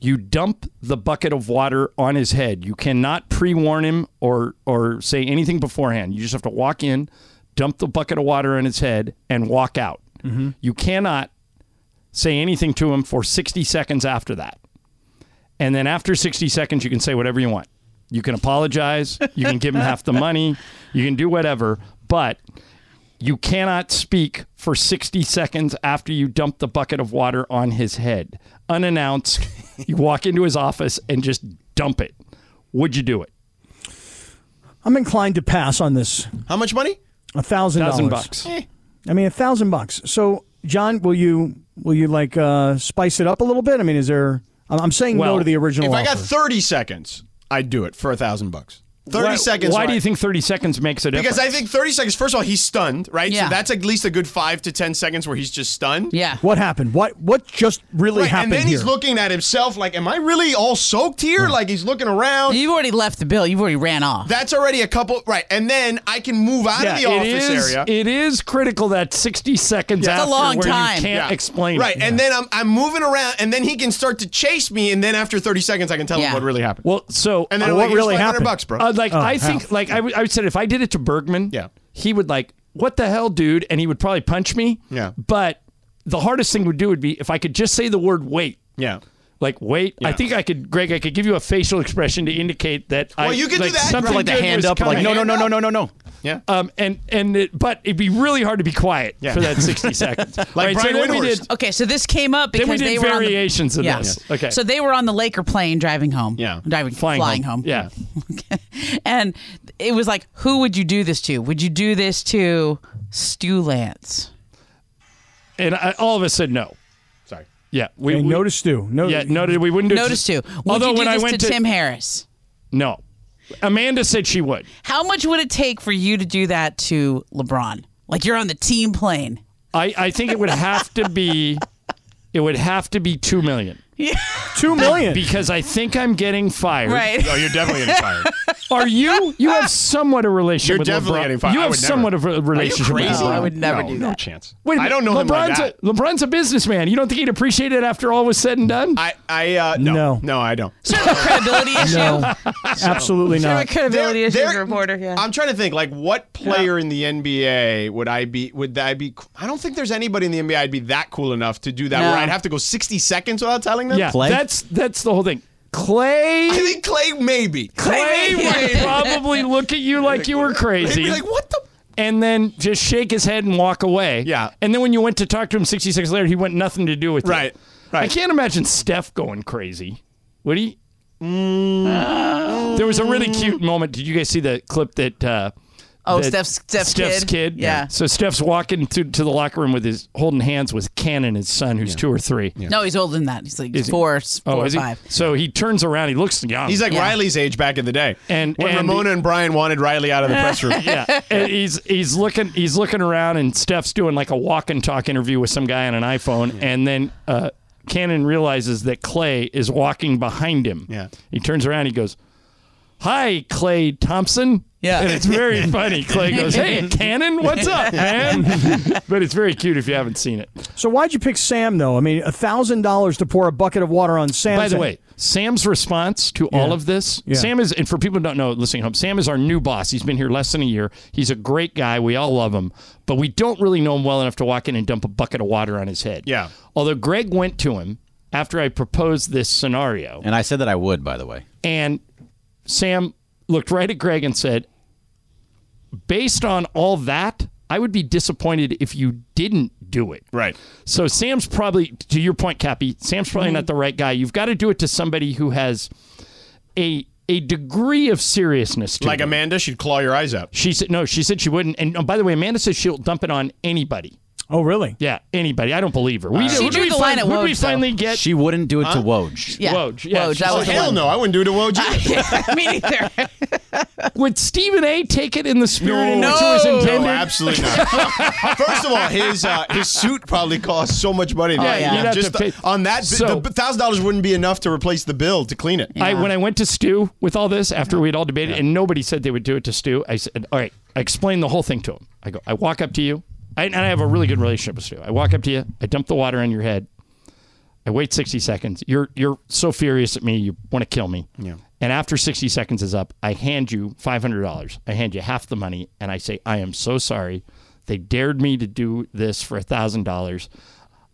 [SPEAKER 4] You dump the bucket of water on his head. You cannot pre warn him or, or say anything beforehand. You just have to walk in, dump the bucket of water on his head, and walk out. You cannot say anything to him for 60 seconds after that. And then after 60 seconds, you can say whatever you want. You can apologize. You can give him half the money. You can do whatever. But you cannot speak for 60 seconds after you dump the bucket of water on his head. Unannounced, you walk into his office and just dump it. Would you do it?
[SPEAKER 2] I'm inclined to pass on this.
[SPEAKER 1] How much money?
[SPEAKER 2] A thousand
[SPEAKER 4] Thousand
[SPEAKER 2] dollars.
[SPEAKER 4] bucks.
[SPEAKER 2] I mean, a thousand bucks. So, John, will you will you like uh, spice it up a little bit? I mean, is there? I'm I'm saying no
[SPEAKER 4] Well,
[SPEAKER 2] to the original.
[SPEAKER 1] If I got
[SPEAKER 2] offer.
[SPEAKER 1] 30 seconds, I'd do it for a thousand bucks. 30
[SPEAKER 4] Why-
[SPEAKER 1] seconds.
[SPEAKER 4] Why do
[SPEAKER 1] right?
[SPEAKER 4] you think 30 seconds makes a difference?
[SPEAKER 1] Because I think 30 seconds, first of all, he's stunned, right?
[SPEAKER 3] Yeah.
[SPEAKER 1] So that's at least a good five to 10 seconds where he's just stunned.
[SPEAKER 3] Yeah.
[SPEAKER 2] What happened? What what just really
[SPEAKER 1] Right,
[SPEAKER 2] happened
[SPEAKER 1] and then
[SPEAKER 2] here?
[SPEAKER 1] he's looking at himself like, am I really all soaked here? Like he's looking around.
[SPEAKER 3] You've already left the bill. You've already ran off.
[SPEAKER 1] That's already a couple, right? And then I can move out of the
[SPEAKER 4] it
[SPEAKER 1] office
[SPEAKER 4] is-
[SPEAKER 1] area.
[SPEAKER 4] It is critical that 60 seconds
[SPEAKER 3] That's a
[SPEAKER 4] after
[SPEAKER 3] long
[SPEAKER 4] where
[SPEAKER 3] time.
[SPEAKER 4] you can't
[SPEAKER 1] Yeah.
[SPEAKER 4] explain
[SPEAKER 1] Right,
[SPEAKER 4] it.
[SPEAKER 1] and then I'm, I'm moving around, and then he can start to chase me, and then after 30 seconds, I can tell
[SPEAKER 3] Yeah.
[SPEAKER 1] him what really happened.
[SPEAKER 4] Well, so uh,
[SPEAKER 1] and then
[SPEAKER 4] I
[SPEAKER 1] I'm
[SPEAKER 2] what
[SPEAKER 1] like, here's
[SPEAKER 2] really
[SPEAKER 1] 500
[SPEAKER 2] happened?
[SPEAKER 1] bucks, bro.
[SPEAKER 4] Uh, like I think, like I, w- I would said, if I did it to Bergman,
[SPEAKER 1] Yeah.
[SPEAKER 4] he would like, what the hell, dude, and he would probably punch me.
[SPEAKER 1] Yeah.
[SPEAKER 4] But the hardest thing would do would be if I could just say the word wait.
[SPEAKER 1] yeah.
[SPEAKER 4] Like wait, I think I could, Greg. I could give you a facial expression to indicate that. I,
[SPEAKER 1] Well, you could do
[SPEAKER 4] like,
[SPEAKER 1] that.
[SPEAKER 4] Something
[SPEAKER 5] Like the
[SPEAKER 4] good
[SPEAKER 5] hand
[SPEAKER 4] was
[SPEAKER 5] up, like
[SPEAKER 4] coming.
[SPEAKER 5] no, no, no, no, no, no, no.
[SPEAKER 1] Yeah.
[SPEAKER 4] Um, and and it, but it'd be really hard to be quiet
[SPEAKER 1] Yeah.
[SPEAKER 4] for
[SPEAKER 1] [LAUGHS]
[SPEAKER 4] that sixty seconds. like
[SPEAKER 1] Brian
[SPEAKER 4] so then we
[SPEAKER 1] Windhorst.
[SPEAKER 4] did,
[SPEAKER 3] Okay, so this came up
[SPEAKER 4] Then
[SPEAKER 3] because
[SPEAKER 4] we did
[SPEAKER 3] they were on the-
[SPEAKER 4] variations of
[SPEAKER 3] yeah.
[SPEAKER 4] this. Okay.
[SPEAKER 3] so they were on the Laker plane driving home.
[SPEAKER 1] Yeah.
[SPEAKER 3] driving flying, home.
[SPEAKER 4] Yeah.
[SPEAKER 3] and it was like, who would you do this to? Would you do this to Stu Lance?
[SPEAKER 4] And I, all of us said no.
[SPEAKER 1] Sorry.
[SPEAKER 4] Yeah. We,
[SPEAKER 2] Hey,
[SPEAKER 4] we-
[SPEAKER 2] no to Stu. No,
[SPEAKER 4] Yeah. No, we wouldn't do it to-
[SPEAKER 3] Notice too. Would
[SPEAKER 4] Although
[SPEAKER 3] you do
[SPEAKER 4] when
[SPEAKER 3] this
[SPEAKER 4] I went
[SPEAKER 3] to, Tim Harris,
[SPEAKER 4] No. Amanda said she would.
[SPEAKER 3] how much would it take for you to do that to LeBron? Like you're on the team plane.
[SPEAKER 4] I, I think it would have to be it would have to be two million.
[SPEAKER 2] two million.
[SPEAKER 4] Because I think I'm getting fired. [LAUGHS]
[SPEAKER 3] Right.
[SPEAKER 1] Oh, you're definitely getting fired.
[SPEAKER 4] Are you? You have somewhat a relationship
[SPEAKER 1] You're
[SPEAKER 4] with
[SPEAKER 1] definitely
[SPEAKER 4] LeBron.
[SPEAKER 1] getting fired.
[SPEAKER 4] You
[SPEAKER 1] I
[SPEAKER 4] have
[SPEAKER 1] would never.
[SPEAKER 4] somewhat of a
[SPEAKER 1] Are you
[SPEAKER 4] relationship
[SPEAKER 1] crazy?
[SPEAKER 4] with LeBron.
[SPEAKER 3] I would never
[SPEAKER 1] no,
[SPEAKER 3] do
[SPEAKER 1] No
[SPEAKER 3] that.
[SPEAKER 1] chance.
[SPEAKER 4] Wait a
[SPEAKER 1] I
[SPEAKER 4] minute.
[SPEAKER 1] don't know
[SPEAKER 4] LeBron's
[SPEAKER 1] him like that.
[SPEAKER 4] A, LeBron's a businessman. You don't think he'd appreciate it after all was said and done?
[SPEAKER 1] I, I, uh, no.
[SPEAKER 2] No.
[SPEAKER 1] no. I don't.
[SPEAKER 3] Sort of
[SPEAKER 4] [LAUGHS]
[SPEAKER 3] a credibility issue.
[SPEAKER 2] no, absolutely
[SPEAKER 3] Sort of a
[SPEAKER 2] not.
[SPEAKER 3] credibility
[SPEAKER 1] There-
[SPEAKER 3] issue as
[SPEAKER 1] there-
[SPEAKER 3] a reporter. Yeah.
[SPEAKER 1] I'm trying to think, like, what player in the NBA would I be? Would I be? I don't think there's anybody in the NBA I'd be that cool enough to do that.
[SPEAKER 3] No.
[SPEAKER 1] Where I'd have to go 60 seconds without telling them.
[SPEAKER 4] yeah.
[SPEAKER 5] Clay?
[SPEAKER 4] That's that's the whole thing. Clay
[SPEAKER 1] I think Clay maybe.
[SPEAKER 4] Clay would probably look at you like you were
[SPEAKER 1] They'd
[SPEAKER 4] crazy.
[SPEAKER 1] be like, what the?
[SPEAKER 4] and then just shake his head and walk away.
[SPEAKER 1] Yeah.
[SPEAKER 4] And then when you went to talk to him 60 seconds later, he went nothing to do with
[SPEAKER 1] Right,
[SPEAKER 4] it.
[SPEAKER 1] right.
[SPEAKER 4] I can't imagine Steph going crazy. Would he?
[SPEAKER 1] Mm.
[SPEAKER 4] Uh, There was a really cute moment. Did you guys see the clip that? Uh,
[SPEAKER 3] Oh,
[SPEAKER 4] that
[SPEAKER 3] Steph's- Steph's kid? Yeah.
[SPEAKER 4] So Steph's walking to, to the locker room with his holding hands with Cannon, his son, who's two or three.
[SPEAKER 3] no, he's older than that. He's like
[SPEAKER 4] Is he- Oh,
[SPEAKER 3] four, four or
[SPEAKER 4] is he?
[SPEAKER 3] five.
[SPEAKER 4] So he turns around. He looks young.
[SPEAKER 1] He's like
[SPEAKER 3] Yeah.
[SPEAKER 1] Riley's age back in the day.
[SPEAKER 4] And-
[SPEAKER 1] when
[SPEAKER 4] and-
[SPEAKER 1] Ramona and Brian wanted Riley out of the press room.
[SPEAKER 4] [LAUGHS] yeah, and he's he's looking he's looking around, and Steph's doing like a walk and talk interview with some guy on an iPhone, and then uh, Cannon realizes that Clay is walking behind him.
[SPEAKER 1] Yeah.
[SPEAKER 4] He turns around. He goes, "Hi, Clay Thompson."
[SPEAKER 3] Yeah.
[SPEAKER 4] And it's very funny. Clay goes, "Hey, Cannon, what's up, man?" but it's very cute if you haven't seen it.
[SPEAKER 2] So why'd you pick Sam though? I mean, a thousand dollars to pour a bucket of water on Sam.
[SPEAKER 4] By the way, Sam's response to all of this,
[SPEAKER 2] Yeah.
[SPEAKER 4] Sam is, and for people who don't know, listening home, Sam is our new boss. He's been here less than a year. He's a great guy. We all love him, but we don't really know him well enough to walk in and dump a bucket of water on his head.
[SPEAKER 1] Yeah.
[SPEAKER 4] Although Greg went to him after I proposed this scenario,
[SPEAKER 5] And I said that I would, by the way.
[SPEAKER 4] and Sam looked right at Greg and said, based on all that, I would be disappointed if you didn't do it.
[SPEAKER 1] Right.
[SPEAKER 4] So Sam's probably, to your point, Cappy, Sam's probably
[SPEAKER 1] Mm-hmm.
[SPEAKER 4] not the right guy. You've got to do it to somebody who has a a degree of seriousness to
[SPEAKER 1] Like
[SPEAKER 4] them.
[SPEAKER 1] Amanda, she'd claw your eyes out.
[SPEAKER 4] She said no. She said she wouldn't. And oh, by the way, Amanda says she'll dump it on anybody.
[SPEAKER 2] oh really?
[SPEAKER 4] Yeah, anybody. I don't believe her. We,
[SPEAKER 3] She
[SPEAKER 4] who do
[SPEAKER 3] drew
[SPEAKER 4] we
[SPEAKER 3] the
[SPEAKER 4] fin-
[SPEAKER 3] line at
[SPEAKER 4] Who do we
[SPEAKER 3] Woj, though.
[SPEAKER 4] finally get?
[SPEAKER 5] She wouldn't do it to Woj.
[SPEAKER 3] Yeah.
[SPEAKER 4] Woj, yeah,
[SPEAKER 3] Woj, that
[SPEAKER 4] she's-
[SPEAKER 3] was the
[SPEAKER 1] Hell
[SPEAKER 3] one.
[SPEAKER 1] no, I wouldn't do it to Woj.
[SPEAKER 3] [LAUGHS] Me neither.
[SPEAKER 4] Would Stephen A. take it in the spirit in
[SPEAKER 1] No.
[SPEAKER 4] which it was
[SPEAKER 3] No.
[SPEAKER 4] intended?
[SPEAKER 1] No, absolutely not. First of all, his uh, his suit probably cost so much money.
[SPEAKER 4] Yeah,
[SPEAKER 3] you'd
[SPEAKER 4] have
[SPEAKER 1] just
[SPEAKER 4] to pay-
[SPEAKER 1] on that,
[SPEAKER 4] So-
[SPEAKER 1] the thousand dollars wouldn't be enough to replace the bill to clean it.
[SPEAKER 4] I, when I went to Stu with all this after we'd all debated, and nobody said they would do it to Stu, I said, "All right." I explained the whole thing to him. I go, "I walk up to you, I, and I have a really good relationship with Stu. I walk up to you, I dump the water on your head, I wait sixty seconds. You're you're so furious at me, you want to kill me. Yeah. And after sixty seconds is up, I hand you five hundred dollars. I hand you half the money, and I say, "I am so sorry. They dared me to do this for thousand dollars."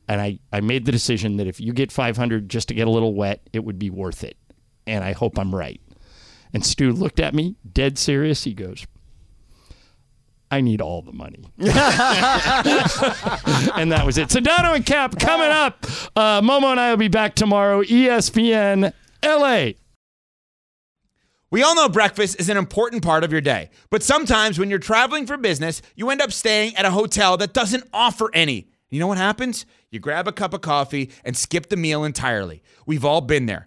[SPEAKER 4] And I, I made the decision that if you get 500 just to get a little wet, it would be worth it and I hope I'm right. And Stu looked at me, dead serious. He goes, I need all the money. [LAUGHS] and that was it. Sedano and Cap coming up. Uh, Momo and I will be back tomorrow, E ESPN LA.
[SPEAKER 10] We all know breakfast is an important part of your day, but sometimes when you're traveling for business, you end up staying at a hotel that doesn't offer any. You know what happens? You grab a cup of coffee and skip the meal entirely. We've all been there.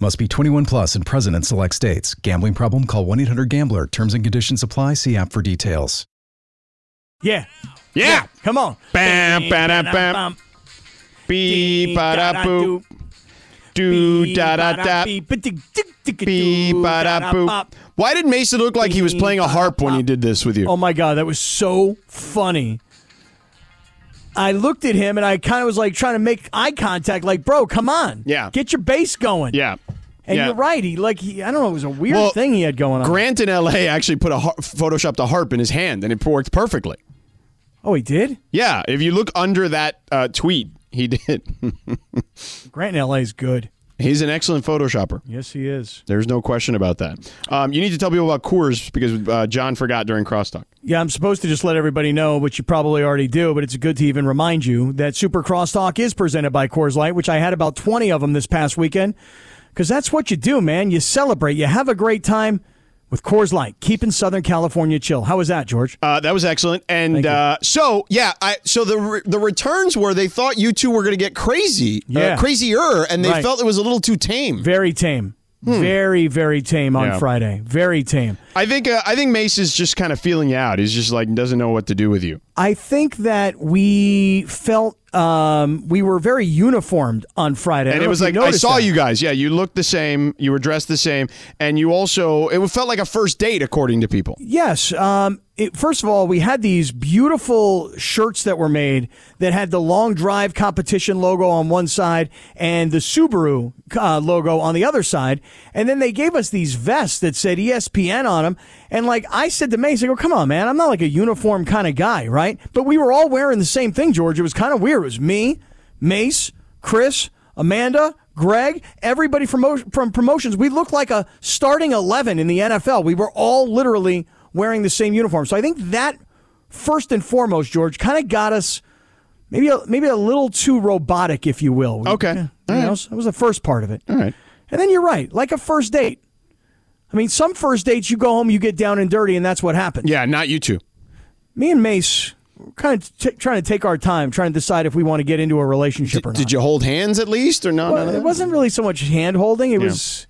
[SPEAKER 11] Must be 21 plus and present in select states. Gambling problem? Call 1 800 GAMBLER. Terms and conditions apply. See app for details.
[SPEAKER 2] Yeah.
[SPEAKER 1] Yeah.
[SPEAKER 2] Come on.
[SPEAKER 1] Bam, ba-da, bam. Beep, ba-da, boop. Do, da, da, da. Beep, ba-da, boop. Why did Mason look like he was playing a harp when he did this with you?
[SPEAKER 2] Oh my god, that was so funny. I looked at him and I kind of was like trying to make eye contact, like, bro, come on,
[SPEAKER 1] Yeah.
[SPEAKER 2] get your bass going.
[SPEAKER 1] Yeah.
[SPEAKER 2] and
[SPEAKER 1] Yeah.
[SPEAKER 2] you're right. He like, he, I don't know, it was a weird
[SPEAKER 1] Well,
[SPEAKER 2] thing he had going on.
[SPEAKER 1] Grant in L.A. actually put a har- photoshopped a harp in his hand, and it worked perfectly.
[SPEAKER 2] oh, he did.
[SPEAKER 1] Yeah, if you look under that uh, tweet, he did. [LAUGHS]
[SPEAKER 2] Grant in L.A. is good.
[SPEAKER 1] He's an excellent photoshopper.
[SPEAKER 2] Yes, he is.
[SPEAKER 1] There's no question about that. Um, you need to tell people about Coors because uh, John forgot during crosstalk.
[SPEAKER 2] Yeah, I'm supposed to just let everybody know, which you probably already do, but it's good to even remind you that Super Crosstalk is presented by Coors Light, which I had about 20 of them this past weekend. Because that's what you do, man. You celebrate, you have a great time with Coors Light, keeping Southern California chill. How was that, George?
[SPEAKER 1] Uh, that was excellent. And uh, so, yeah, I, so the re- the returns were they thought you two were going to get crazy,
[SPEAKER 2] Yeah.
[SPEAKER 1] uh, crazier, and they
[SPEAKER 2] Right.
[SPEAKER 1] felt it was a little too tame.
[SPEAKER 2] Very tame. Very, very tame on
[SPEAKER 1] hmm. Yeah.
[SPEAKER 2] Friday. Very tame.
[SPEAKER 1] I think uh, I think Mace is just kind of feeling you out. He's just like doesn't know what to do with you.
[SPEAKER 2] I think that we felt um, we were very uniformed on Friday. I
[SPEAKER 1] and
[SPEAKER 2] don't
[SPEAKER 1] it
[SPEAKER 2] know
[SPEAKER 1] was
[SPEAKER 2] if
[SPEAKER 1] like I
[SPEAKER 2] noticed
[SPEAKER 1] saw
[SPEAKER 2] that.
[SPEAKER 1] you guys. Yeah, you looked the same. You were dressed the same, and you also it felt like a first date according to people.
[SPEAKER 2] Yes. Um, it, first of all, we had these beautiful shirts that were made that had the long drive competition logo on one side and the Subaru uh, logo on the other side. And then they gave us these vests that said E ESPN on them. And like I said to Mace, I go, come on, man, I'm not like a uniform kind of guy, right? But we were all wearing the same thing, George. It was kind of weird. It was me, Mace, Chris, Amanda, Greg, everybody from, mo- from promotions, we looked like a starting 11 in the NFL. We were all literally wearing the same uniform. So I think that, first and foremost, George, kind of got us maybe a, maybe a little too robotic, if you will. We-
[SPEAKER 1] Okay.
[SPEAKER 2] yeah, you
[SPEAKER 1] All right.
[SPEAKER 2] know, so that was the first part of it. All
[SPEAKER 1] right.
[SPEAKER 2] And then you're right, like a first date. I mean, some first dates you go home, you get down and dirty, and that's what happened.
[SPEAKER 1] Yeah, not you two.
[SPEAKER 2] Me and Mace were kind of t- trying to take our time, trying to decide if we want to get into a relationship or not.
[SPEAKER 1] Did you hold hands at least, or not?
[SPEAKER 2] Well, it wasn't really so much hand holding. It
[SPEAKER 1] Yeah.
[SPEAKER 2] was,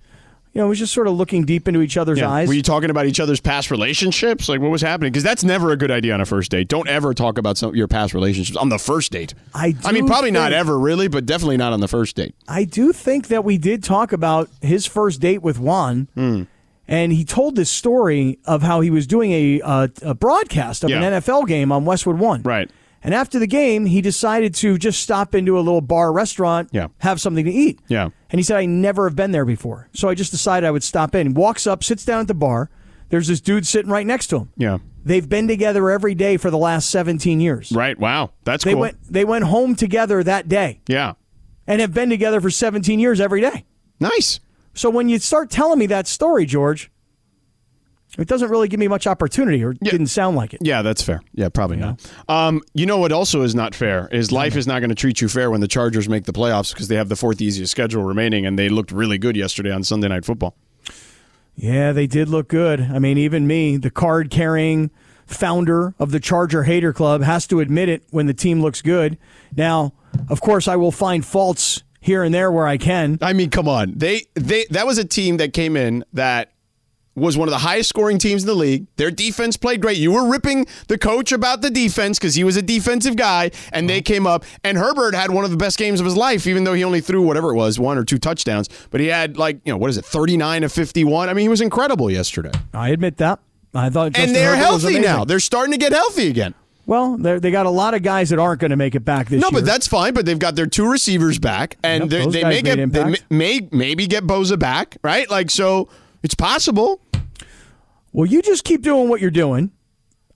[SPEAKER 2] you know, it was just sort of looking deep into each other's eyes.
[SPEAKER 1] Were you talking about each other's past relationships? Like, what was happening? Because that's never a good idea on a first date. Don't ever talk about some your past relationships on the first date.
[SPEAKER 2] I
[SPEAKER 1] I mean,
[SPEAKER 2] do
[SPEAKER 1] probably not
[SPEAKER 2] think-
[SPEAKER 1] ever really, but definitely not on the first date.
[SPEAKER 2] I do think that we did talk about his first date with Juan,
[SPEAKER 1] Hmm.
[SPEAKER 2] and he told this story of how he was doing a uh, a broadcast of
[SPEAKER 1] Yeah.
[SPEAKER 2] an NFL game on Westwood One.
[SPEAKER 1] Right.
[SPEAKER 2] And after the game, he decided to just stop into a little bar restaurant,
[SPEAKER 1] Yeah.
[SPEAKER 2] have something to eat.
[SPEAKER 1] Yeah.
[SPEAKER 2] And he said, I never have been there before. So I just decided I would stop in. Walks up, sits down at the bar. There's this dude sitting right next to him.
[SPEAKER 1] Yeah.
[SPEAKER 2] They've been together every day for the last 17 years.
[SPEAKER 1] Right. Wow. That's
[SPEAKER 2] They
[SPEAKER 1] cool.
[SPEAKER 2] went they went home together that day
[SPEAKER 1] yeah.
[SPEAKER 2] and have been together for 17 years every day.
[SPEAKER 1] Nice.
[SPEAKER 2] So when you start telling me that story, George, it doesn't really give me much opportunity or didn't sound like it.
[SPEAKER 1] Yeah, that's fair. Yeah, probably not. Um, you know what also is not fair is life is not going to treat you fair when the Chargers make the playoffs because they have the fourth easiest schedule remaining and they looked really good yesterday on Sunday Night Football.
[SPEAKER 2] Yeah, they did look good. I mean, even me, the card carrying founder of the Charger Hater Club, has to admit it when the team looks good. Now, of course, I will find faults here and there where I can.
[SPEAKER 1] I mean, come on. They they that was a team that came in that was one of the highest scoring teams in the league. Their defense played great. You were ripping the coach about the defense because he was a defensive guy, and
[SPEAKER 2] Uh-huh.
[SPEAKER 1] they came up. And Herbert had one of the best games of his life, even though he only threw whatever it was, one or two touchdowns. But he had like you know what is it, thirty nine of fifty one. I mean, he was incredible yesterday.
[SPEAKER 2] I admit that. I thought, Justin
[SPEAKER 1] and they're
[SPEAKER 2] Herbert was
[SPEAKER 1] healthy
[SPEAKER 2] amazing.
[SPEAKER 1] now. They're starting to get healthy again.
[SPEAKER 2] well, they're- they got a lot of guys that aren't going to make it back this
[SPEAKER 1] No,
[SPEAKER 2] year.
[SPEAKER 1] but that's fine. But they've got their two receivers back, and
[SPEAKER 2] Yep,
[SPEAKER 1] they
[SPEAKER 2] those
[SPEAKER 1] they
[SPEAKER 2] guys
[SPEAKER 1] may
[SPEAKER 2] made
[SPEAKER 1] get they may,
[SPEAKER 2] impact.
[SPEAKER 1] may maybe get Boza back, right? Like so, it's possible.
[SPEAKER 2] Well, you just keep doing what you're doing.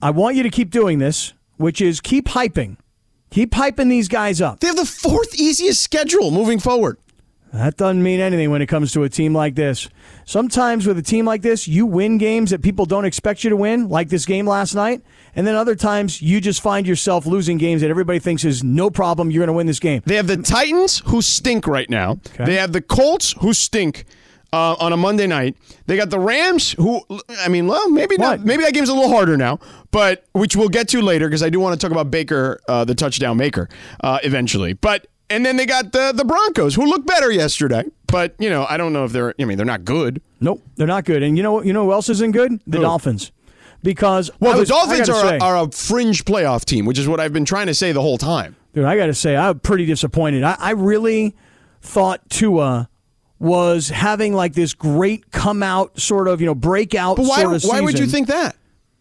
[SPEAKER 2] I want you to keep doing this, which is keep hyping. Keep hyping these guys up.
[SPEAKER 1] They have the fourth easiest schedule moving forward.
[SPEAKER 2] That doesn't mean anything when it comes to a team like this. Sometimes with a team like this, you win games that people don't expect you to win, like this game last night. And then other times, you just find yourself losing games that everybody thinks is no problem. You're going to win this game.
[SPEAKER 1] They have the Titans who stink right now. They have the Colts who stink uh, on a Monday night. They got the Rams who I mean, well, maybe not. Maybe that game's a little harder now, but which we'll get to later because I do want to talk about Baker, uh, the touchdown maker, uh, eventually. But and then they got the the Broncos who looked better yesterday, but you know I don't know if they're. I mean, they're not good.
[SPEAKER 2] Nope, they're not good. And you know, you know who else isn't good? The Dolphins. Because
[SPEAKER 1] Well,
[SPEAKER 2] I was-
[SPEAKER 1] the
[SPEAKER 2] I
[SPEAKER 1] Dolphins
[SPEAKER 2] gotta
[SPEAKER 1] are
[SPEAKER 2] say-
[SPEAKER 1] a, are a fringe playoff team, which is what I've been trying to say the whole time.
[SPEAKER 2] Dude, I got to say, I'm pretty disappointed. I, I really thought Tua was having like this great come out sort of, you know, breakout
[SPEAKER 1] But why?
[SPEAKER 2] sort of
[SPEAKER 1] why would you
[SPEAKER 2] season.
[SPEAKER 1] think that?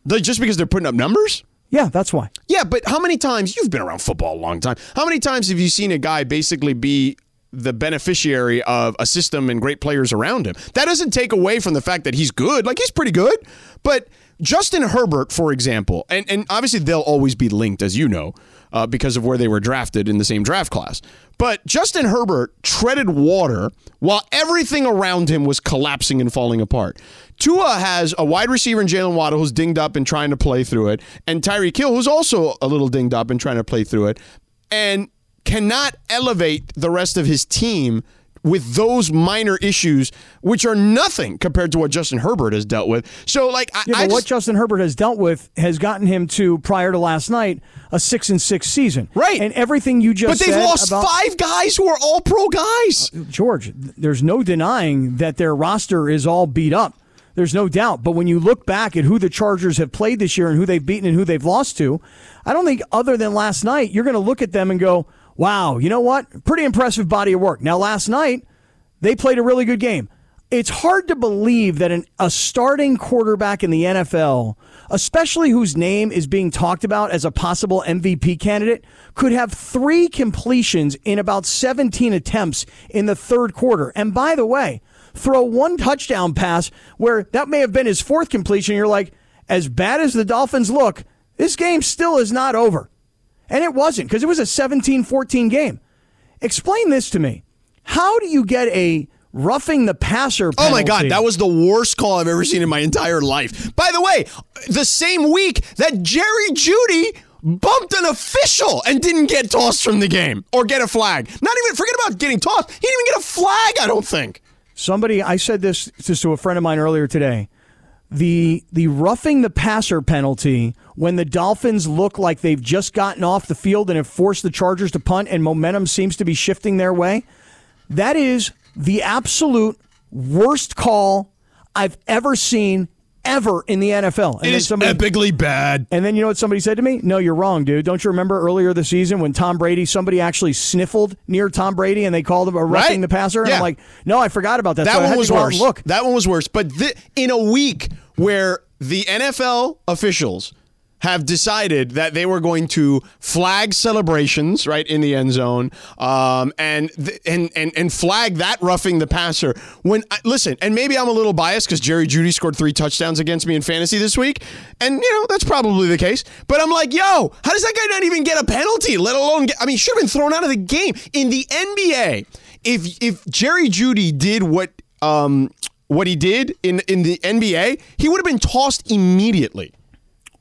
[SPEAKER 1] Like, just because they're putting up numbers?
[SPEAKER 2] Yeah, that's why.
[SPEAKER 1] Yeah, but how many times you've been around football a long time? How many times have you seen a guy basically be the beneficiary of a system and great players around him? That doesn't take away from the fact that he's good. Like he's pretty good, but Justin Herbert, for example, and and obviously they'll always be linked, as you know, uh, because of where they were drafted in the same draft class. But Justin Herbert treaded water while everything around him was collapsing and falling apart. Tua has a wide receiver in Jalen Waddle who's dinged up and trying to play through it, and Tyreek Hill who's also a little dinged up and trying to play through it, and cannot elevate the rest of his team with those minor issues, which are nothing compared to what Justin Herbert has dealt with. So, like, I,
[SPEAKER 2] Yeah, but
[SPEAKER 1] I
[SPEAKER 2] what
[SPEAKER 1] just,
[SPEAKER 2] Justin Herbert has dealt with has gotten him to prior to last night a six and six season. Right, and everything you just
[SPEAKER 1] but they've
[SPEAKER 2] said
[SPEAKER 1] lost
[SPEAKER 2] about-
[SPEAKER 1] five guys who are all pro guys.
[SPEAKER 2] George, th- there's no denying that their roster is all beat up. There's no doubt. But when you look back at who the Chargers have played this year and who they've beaten and who they've lost to, I don't think other than last night, you're going to look at them and go, wow, you know what? Pretty impressive body of work. Now, last night, they played a really good game. It's hard to believe that an, a starting quarterback in the NFL, especially whose name is being talked about as a possible MVP candidate, could have three completions in about 17 attempts in the third quarter. And by the way, throw one touchdown pass where that may have been his fourth completion. You're like, as bad as the Dolphins look, this game still is not over. And it wasn't because it was a 17 14 game. Explain this to me. How do you get a roughing the passer?
[SPEAKER 1] Oh my
[SPEAKER 2] penalty?
[SPEAKER 1] God, that was the worst call I've ever seen in my entire life. By the way, the same week that Jerry Judy bumped an official and didn't get tossed from the game or get a flag. Not even, forget about getting tossed. He didn't even get a flag, I don't think.
[SPEAKER 2] Somebody, I said this just to a friend of mine earlier today. The the roughing the passer penalty when the Dolphins look like they've just gotten off the field and have forced the Chargers to punt and momentum seems to be shifting their way. That is the absolute worst call I've ever seen ever in the NFL. And
[SPEAKER 1] It
[SPEAKER 2] then
[SPEAKER 1] is epically bad.
[SPEAKER 2] And then you know what somebody said to me? No, you're wrong, dude. Don't you remember earlier this season when Tom Brady, somebody actually sniffled near Tom Brady and they called him a
[SPEAKER 1] Right.
[SPEAKER 2] roughing the passer? And
[SPEAKER 1] Yeah.
[SPEAKER 2] I'm like, no, I forgot about that.
[SPEAKER 1] that
[SPEAKER 2] So I had
[SPEAKER 1] one
[SPEAKER 2] to
[SPEAKER 1] was
[SPEAKER 2] go out
[SPEAKER 1] worse.
[SPEAKER 2] and Look,
[SPEAKER 1] that one was worse. But thi- in a week where the NFL officials have decided that they were going to flag celebrations right in the end zone, um, and th- and and and flag that roughing the passer. When I, listen, and maybe I'm a little biased because Jerry Judy scored three touchdowns against me in fantasy this week, and you know that's probably the case. But I'm like, yo, how does that guy not even get a penalty? Let alone, get, I mean, should have been thrown out of the game in the NBA. If if Jerry Judy did what um, what he did in in the NBA, he would have been tossed immediately.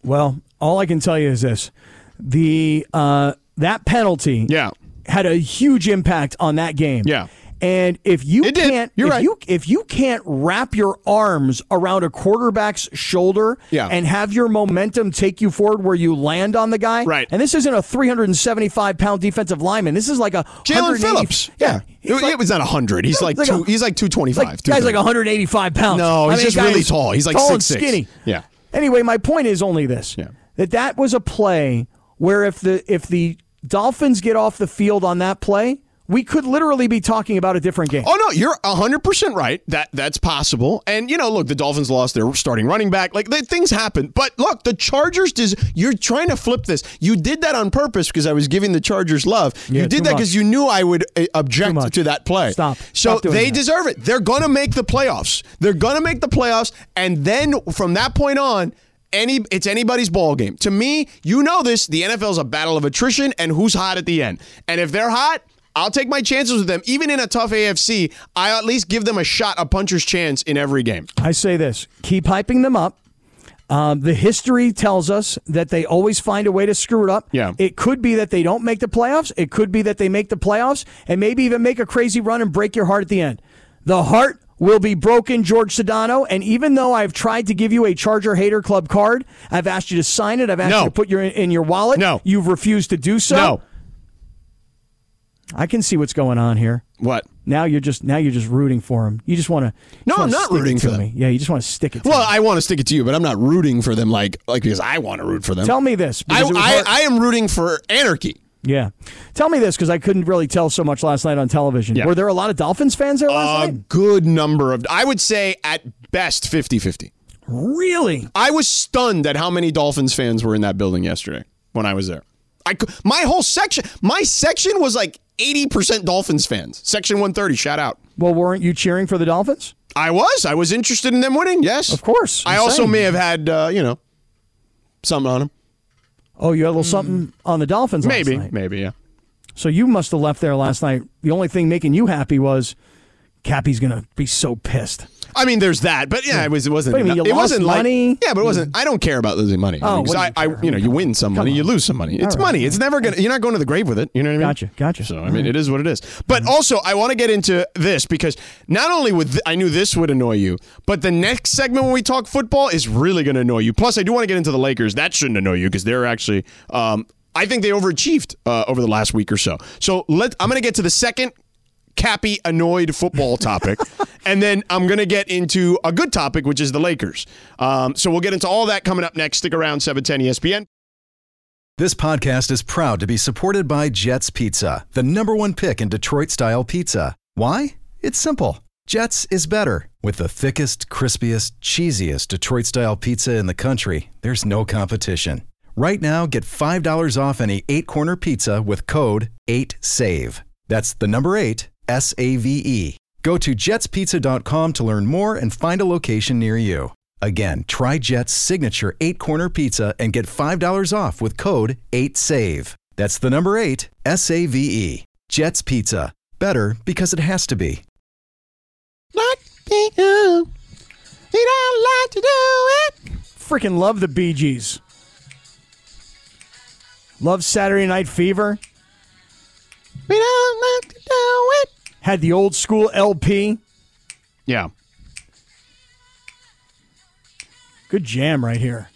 [SPEAKER 2] Well, all I can tell you is this: the uh, that penalty,
[SPEAKER 1] yeah.
[SPEAKER 2] had a huge impact on that game.
[SPEAKER 1] Yeah.
[SPEAKER 2] And if you can't,
[SPEAKER 1] You're
[SPEAKER 2] if
[SPEAKER 1] right.
[SPEAKER 2] you if you can't wrap your arms around a quarterback's shoulder,
[SPEAKER 1] Yeah.
[SPEAKER 2] and have your momentum take you forward where you land on the guy, right? And this isn't a 375 pound defensive lineman. This is like a
[SPEAKER 1] Jalen
[SPEAKER 2] 180
[SPEAKER 1] Phillips. Yeah,
[SPEAKER 2] he's
[SPEAKER 1] it,
[SPEAKER 2] like-
[SPEAKER 1] it was not hundred. He's
[SPEAKER 2] No,
[SPEAKER 1] like,
[SPEAKER 2] it's
[SPEAKER 1] two.
[SPEAKER 2] like a-
[SPEAKER 1] he's like two twenty five.
[SPEAKER 2] like- guy's like 185 pounds.
[SPEAKER 1] No,
[SPEAKER 2] I
[SPEAKER 1] he's
[SPEAKER 2] mean,
[SPEAKER 1] just
[SPEAKER 2] guy
[SPEAKER 1] really
[SPEAKER 2] is
[SPEAKER 1] tall. He's like
[SPEAKER 2] tall and
[SPEAKER 1] 6'6".
[SPEAKER 2] skinny.
[SPEAKER 1] Yeah.
[SPEAKER 2] Anyway, my point is only this: that that was a play where if the if the Dolphins get off the field on that play, we could literally be talking about a different game.
[SPEAKER 1] Oh no, you're 100% right. That that's possible. And you know, look, the Dolphins lost their starting running back. Like the, things happen. But look, the Chargers dis- you're trying to flip this. You did that on purpose because I was giving the Chargers love. you
[SPEAKER 2] Yeah, too
[SPEAKER 1] did that
[SPEAKER 2] much.
[SPEAKER 1] because you knew I would uh, object to that play.
[SPEAKER 2] Stop.
[SPEAKER 1] So
[SPEAKER 2] Stop doing
[SPEAKER 1] they
[SPEAKER 2] that.
[SPEAKER 1] deserve it. They're going to make the playoffs. They're going to make the playoffs and then from that point on any it's anybody's ball game. To me, you know this, the NFL's a battle of attrition and who's hot at the end. And if they're hot, I'll take my chances with them. Even in a tough AFC, I at least give them a shot, a puncher's chance in every game.
[SPEAKER 2] I say this: keep hyping them up. Um, the history tells us that they always find a way to screw it up.
[SPEAKER 1] Yeah.
[SPEAKER 2] It could be that they don't make the playoffs. It could be that they make the playoffs and maybe even make a crazy run and break your heart at the end. The heart will be broken, George Sedano. And even though I've tried to give you a Charger Hater Club card, I've asked you to sign it. I've asked
[SPEAKER 1] No.
[SPEAKER 2] you to put your in your wallet. No. You've refused to do so.
[SPEAKER 1] No.
[SPEAKER 2] I can see what's going on here.
[SPEAKER 1] What?
[SPEAKER 2] Now you're just now you're just rooting for him. You just want to.
[SPEAKER 1] No, I'm not rooting
[SPEAKER 2] to
[SPEAKER 1] for them.
[SPEAKER 2] me. Yeah, you just want to stick it. to
[SPEAKER 1] Well, I want to stick it to you, but I'm not rooting for them like like because I want to root for them.
[SPEAKER 2] Tell me this.
[SPEAKER 1] I,
[SPEAKER 2] because it was
[SPEAKER 1] I,
[SPEAKER 2] hard-
[SPEAKER 1] I am rooting for anarchy.
[SPEAKER 2] yeah. Tell me this because I couldn't really tell so much last night on television. Were there a lot of Dolphins fans there last
[SPEAKER 1] A
[SPEAKER 2] night?
[SPEAKER 1] good number of, I would say at best 50 50.
[SPEAKER 2] Really?
[SPEAKER 1] I was stunned at how many Dolphins fans were in that building yesterday when I was there. I cou- my whole section, my section was like 80% Dolphins fans. Section 130, shout out.
[SPEAKER 2] Well, weren't you cheering for the Dolphins?
[SPEAKER 1] I was. I was interested in them winning. Yes, of
[SPEAKER 2] course.
[SPEAKER 1] I
[SPEAKER 2] I'm
[SPEAKER 1] also
[SPEAKER 2] saying.
[SPEAKER 1] may have had uh, you know something on them.
[SPEAKER 2] Oh, you had a little something on the Dolphins last
[SPEAKER 1] Mm. Maybe,
[SPEAKER 2] night.
[SPEAKER 1] maybe, yeah.
[SPEAKER 2] So you must have left there last night. The only thing making you happy was Cappy's going to be so pissed.
[SPEAKER 1] I mean, there's that, but yeah, it was. It wasn't.
[SPEAKER 2] But I mean, you
[SPEAKER 1] it wasn't
[SPEAKER 2] lost
[SPEAKER 1] like-
[SPEAKER 2] money.
[SPEAKER 1] yeah, but it wasn't. I don't care about losing money.
[SPEAKER 2] Oh,
[SPEAKER 1] I mean, 'cause
[SPEAKER 2] what
[SPEAKER 1] I, I, you know, you win some money, you lose some money. It's
[SPEAKER 2] All right.
[SPEAKER 1] money. It's never gonna. You're not going to the grave with it. You know what I mean?
[SPEAKER 2] Gotcha, gotcha. Mm-hmm.
[SPEAKER 1] So I mean, it is what it is. But also, I want to get into this because not only would th- I knew this would annoy you, but the next segment when we talk football is really going to annoy you. Plus, I do want to get into the Lakers. That shouldn't annoy you because they're actually. Um, I think they overachieved uh, over the last week or so. So let I'm going to get to the second Cappy annoyed football
[SPEAKER 2] [LAUGHS]
[SPEAKER 1] topic, and then I'm going to get into a good topic, which is the Lakers. Um, so we'll get into all that coming up next. Stick around, E 710 ESPN.
[SPEAKER 11] This podcast is proud to be supported by Jets Pizza, the number one pick in Detroit style pizza. Why? It's simple. Jets is better. With the thickest, crispiest, cheesiest Detroit style pizza in the country, there's no competition. Right now, get $5 off any eight corner pizza with code 8SAVE. That's the number eight, S A V E. Go to jetspizza.com to learn more and find a location near you. Again, try Jet's signature eight corner pizza and get $5 off with code 8SAVE. That's the number eight, S A V E. Jet's Pizza. Better because it has to be.
[SPEAKER 2] Like me, oh. He don't like to do it. Freaking love the Bee Gees. Love Saturday Night Fever. We don't like to do it. Had the old school LP.
[SPEAKER 5] Yeah.
[SPEAKER 2] Good jam right here.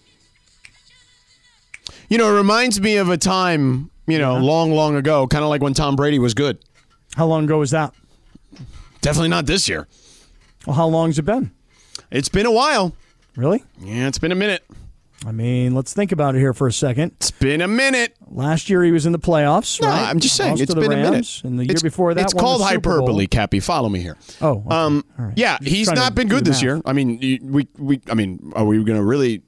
[SPEAKER 1] You know, it reminds me of a time, you know, long, long ago, kind of like when Tom Brady was good.
[SPEAKER 2] How long ago was that?
[SPEAKER 1] Definitely not this year.
[SPEAKER 2] Well, how long's it been?
[SPEAKER 1] It's been a while.
[SPEAKER 2] Really?
[SPEAKER 1] Yeah, it's been a minute.
[SPEAKER 2] I mean, let's think about it here for a second.
[SPEAKER 1] It's been a minute.
[SPEAKER 2] Last year he was in the playoffs.
[SPEAKER 1] No,
[SPEAKER 2] right?
[SPEAKER 1] I'm just saying
[SPEAKER 2] Lost
[SPEAKER 1] it's
[SPEAKER 2] to the
[SPEAKER 1] been
[SPEAKER 2] Rams,
[SPEAKER 1] a minute.
[SPEAKER 2] And the year
[SPEAKER 1] It's-
[SPEAKER 2] before that,
[SPEAKER 1] it's
[SPEAKER 2] won the
[SPEAKER 1] called
[SPEAKER 2] Super Bowl.
[SPEAKER 1] hyperbole. Cappy, follow me here.
[SPEAKER 2] Oh, okay.
[SPEAKER 1] um, yeah,
[SPEAKER 2] Just
[SPEAKER 1] he's
[SPEAKER 2] trying to
[SPEAKER 1] not been
[SPEAKER 2] do
[SPEAKER 1] good
[SPEAKER 2] the
[SPEAKER 1] this
[SPEAKER 2] math.
[SPEAKER 1] year. I mean, you- we we. I mean, are we going to really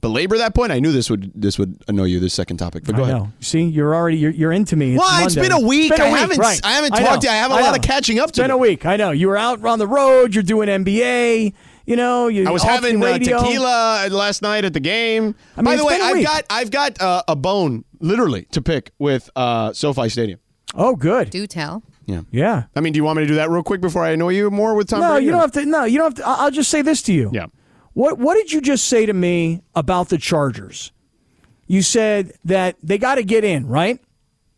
[SPEAKER 1] belabor that point? I knew this would this would annoy you. This second topic, but go
[SPEAKER 2] I
[SPEAKER 1] ahead.
[SPEAKER 2] know. See, you're already you're, you're into me. It's
[SPEAKER 1] Why? It's
[SPEAKER 2] Monday.
[SPEAKER 1] been a week.
[SPEAKER 2] It's been a
[SPEAKER 1] I haven't-
[SPEAKER 2] right.
[SPEAKER 1] I haven't talked to
[SPEAKER 2] know.
[SPEAKER 1] you. I have a
[SPEAKER 2] I
[SPEAKER 1] lot
[SPEAKER 2] know.
[SPEAKER 1] of catching up to
[SPEAKER 2] It's been
[SPEAKER 1] do.
[SPEAKER 2] a week. I know. You were out on the road. You're doing NBA. You know. You.
[SPEAKER 1] I was
[SPEAKER 2] off the
[SPEAKER 1] having uh,
[SPEAKER 2] radio.
[SPEAKER 1] tequila last night at the game.
[SPEAKER 2] I mean,
[SPEAKER 1] By
[SPEAKER 2] it's
[SPEAKER 1] the way,
[SPEAKER 2] been a
[SPEAKER 1] I've
[SPEAKER 2] week.
[SPEAKER 1] got I've got uh, a bone literally to pick with uh, SoFi Stadium.
[SPEAKER 2] Oh, good.
[SPEAKER 12] Do tell.
[SPEAKER 1] Yeah.
[SPEAKER 2] Yeah.
[SPEAKER 1] I mean, do you want me to do that real quick before I annoy you more with Tom?
[SPEAKER 2] no,
[SPEAKER 1] Brady,
[SPEAKER 2] you
[SPEAKER 1] or-
[SPEAKER 2] don't have to. No, you don't have to. I- I'll just say this to you.
[SPEAKER 1] Yeah.
[SPEAKER 2] What What did you just say to me about the Chargers? You said that they got to get in, right?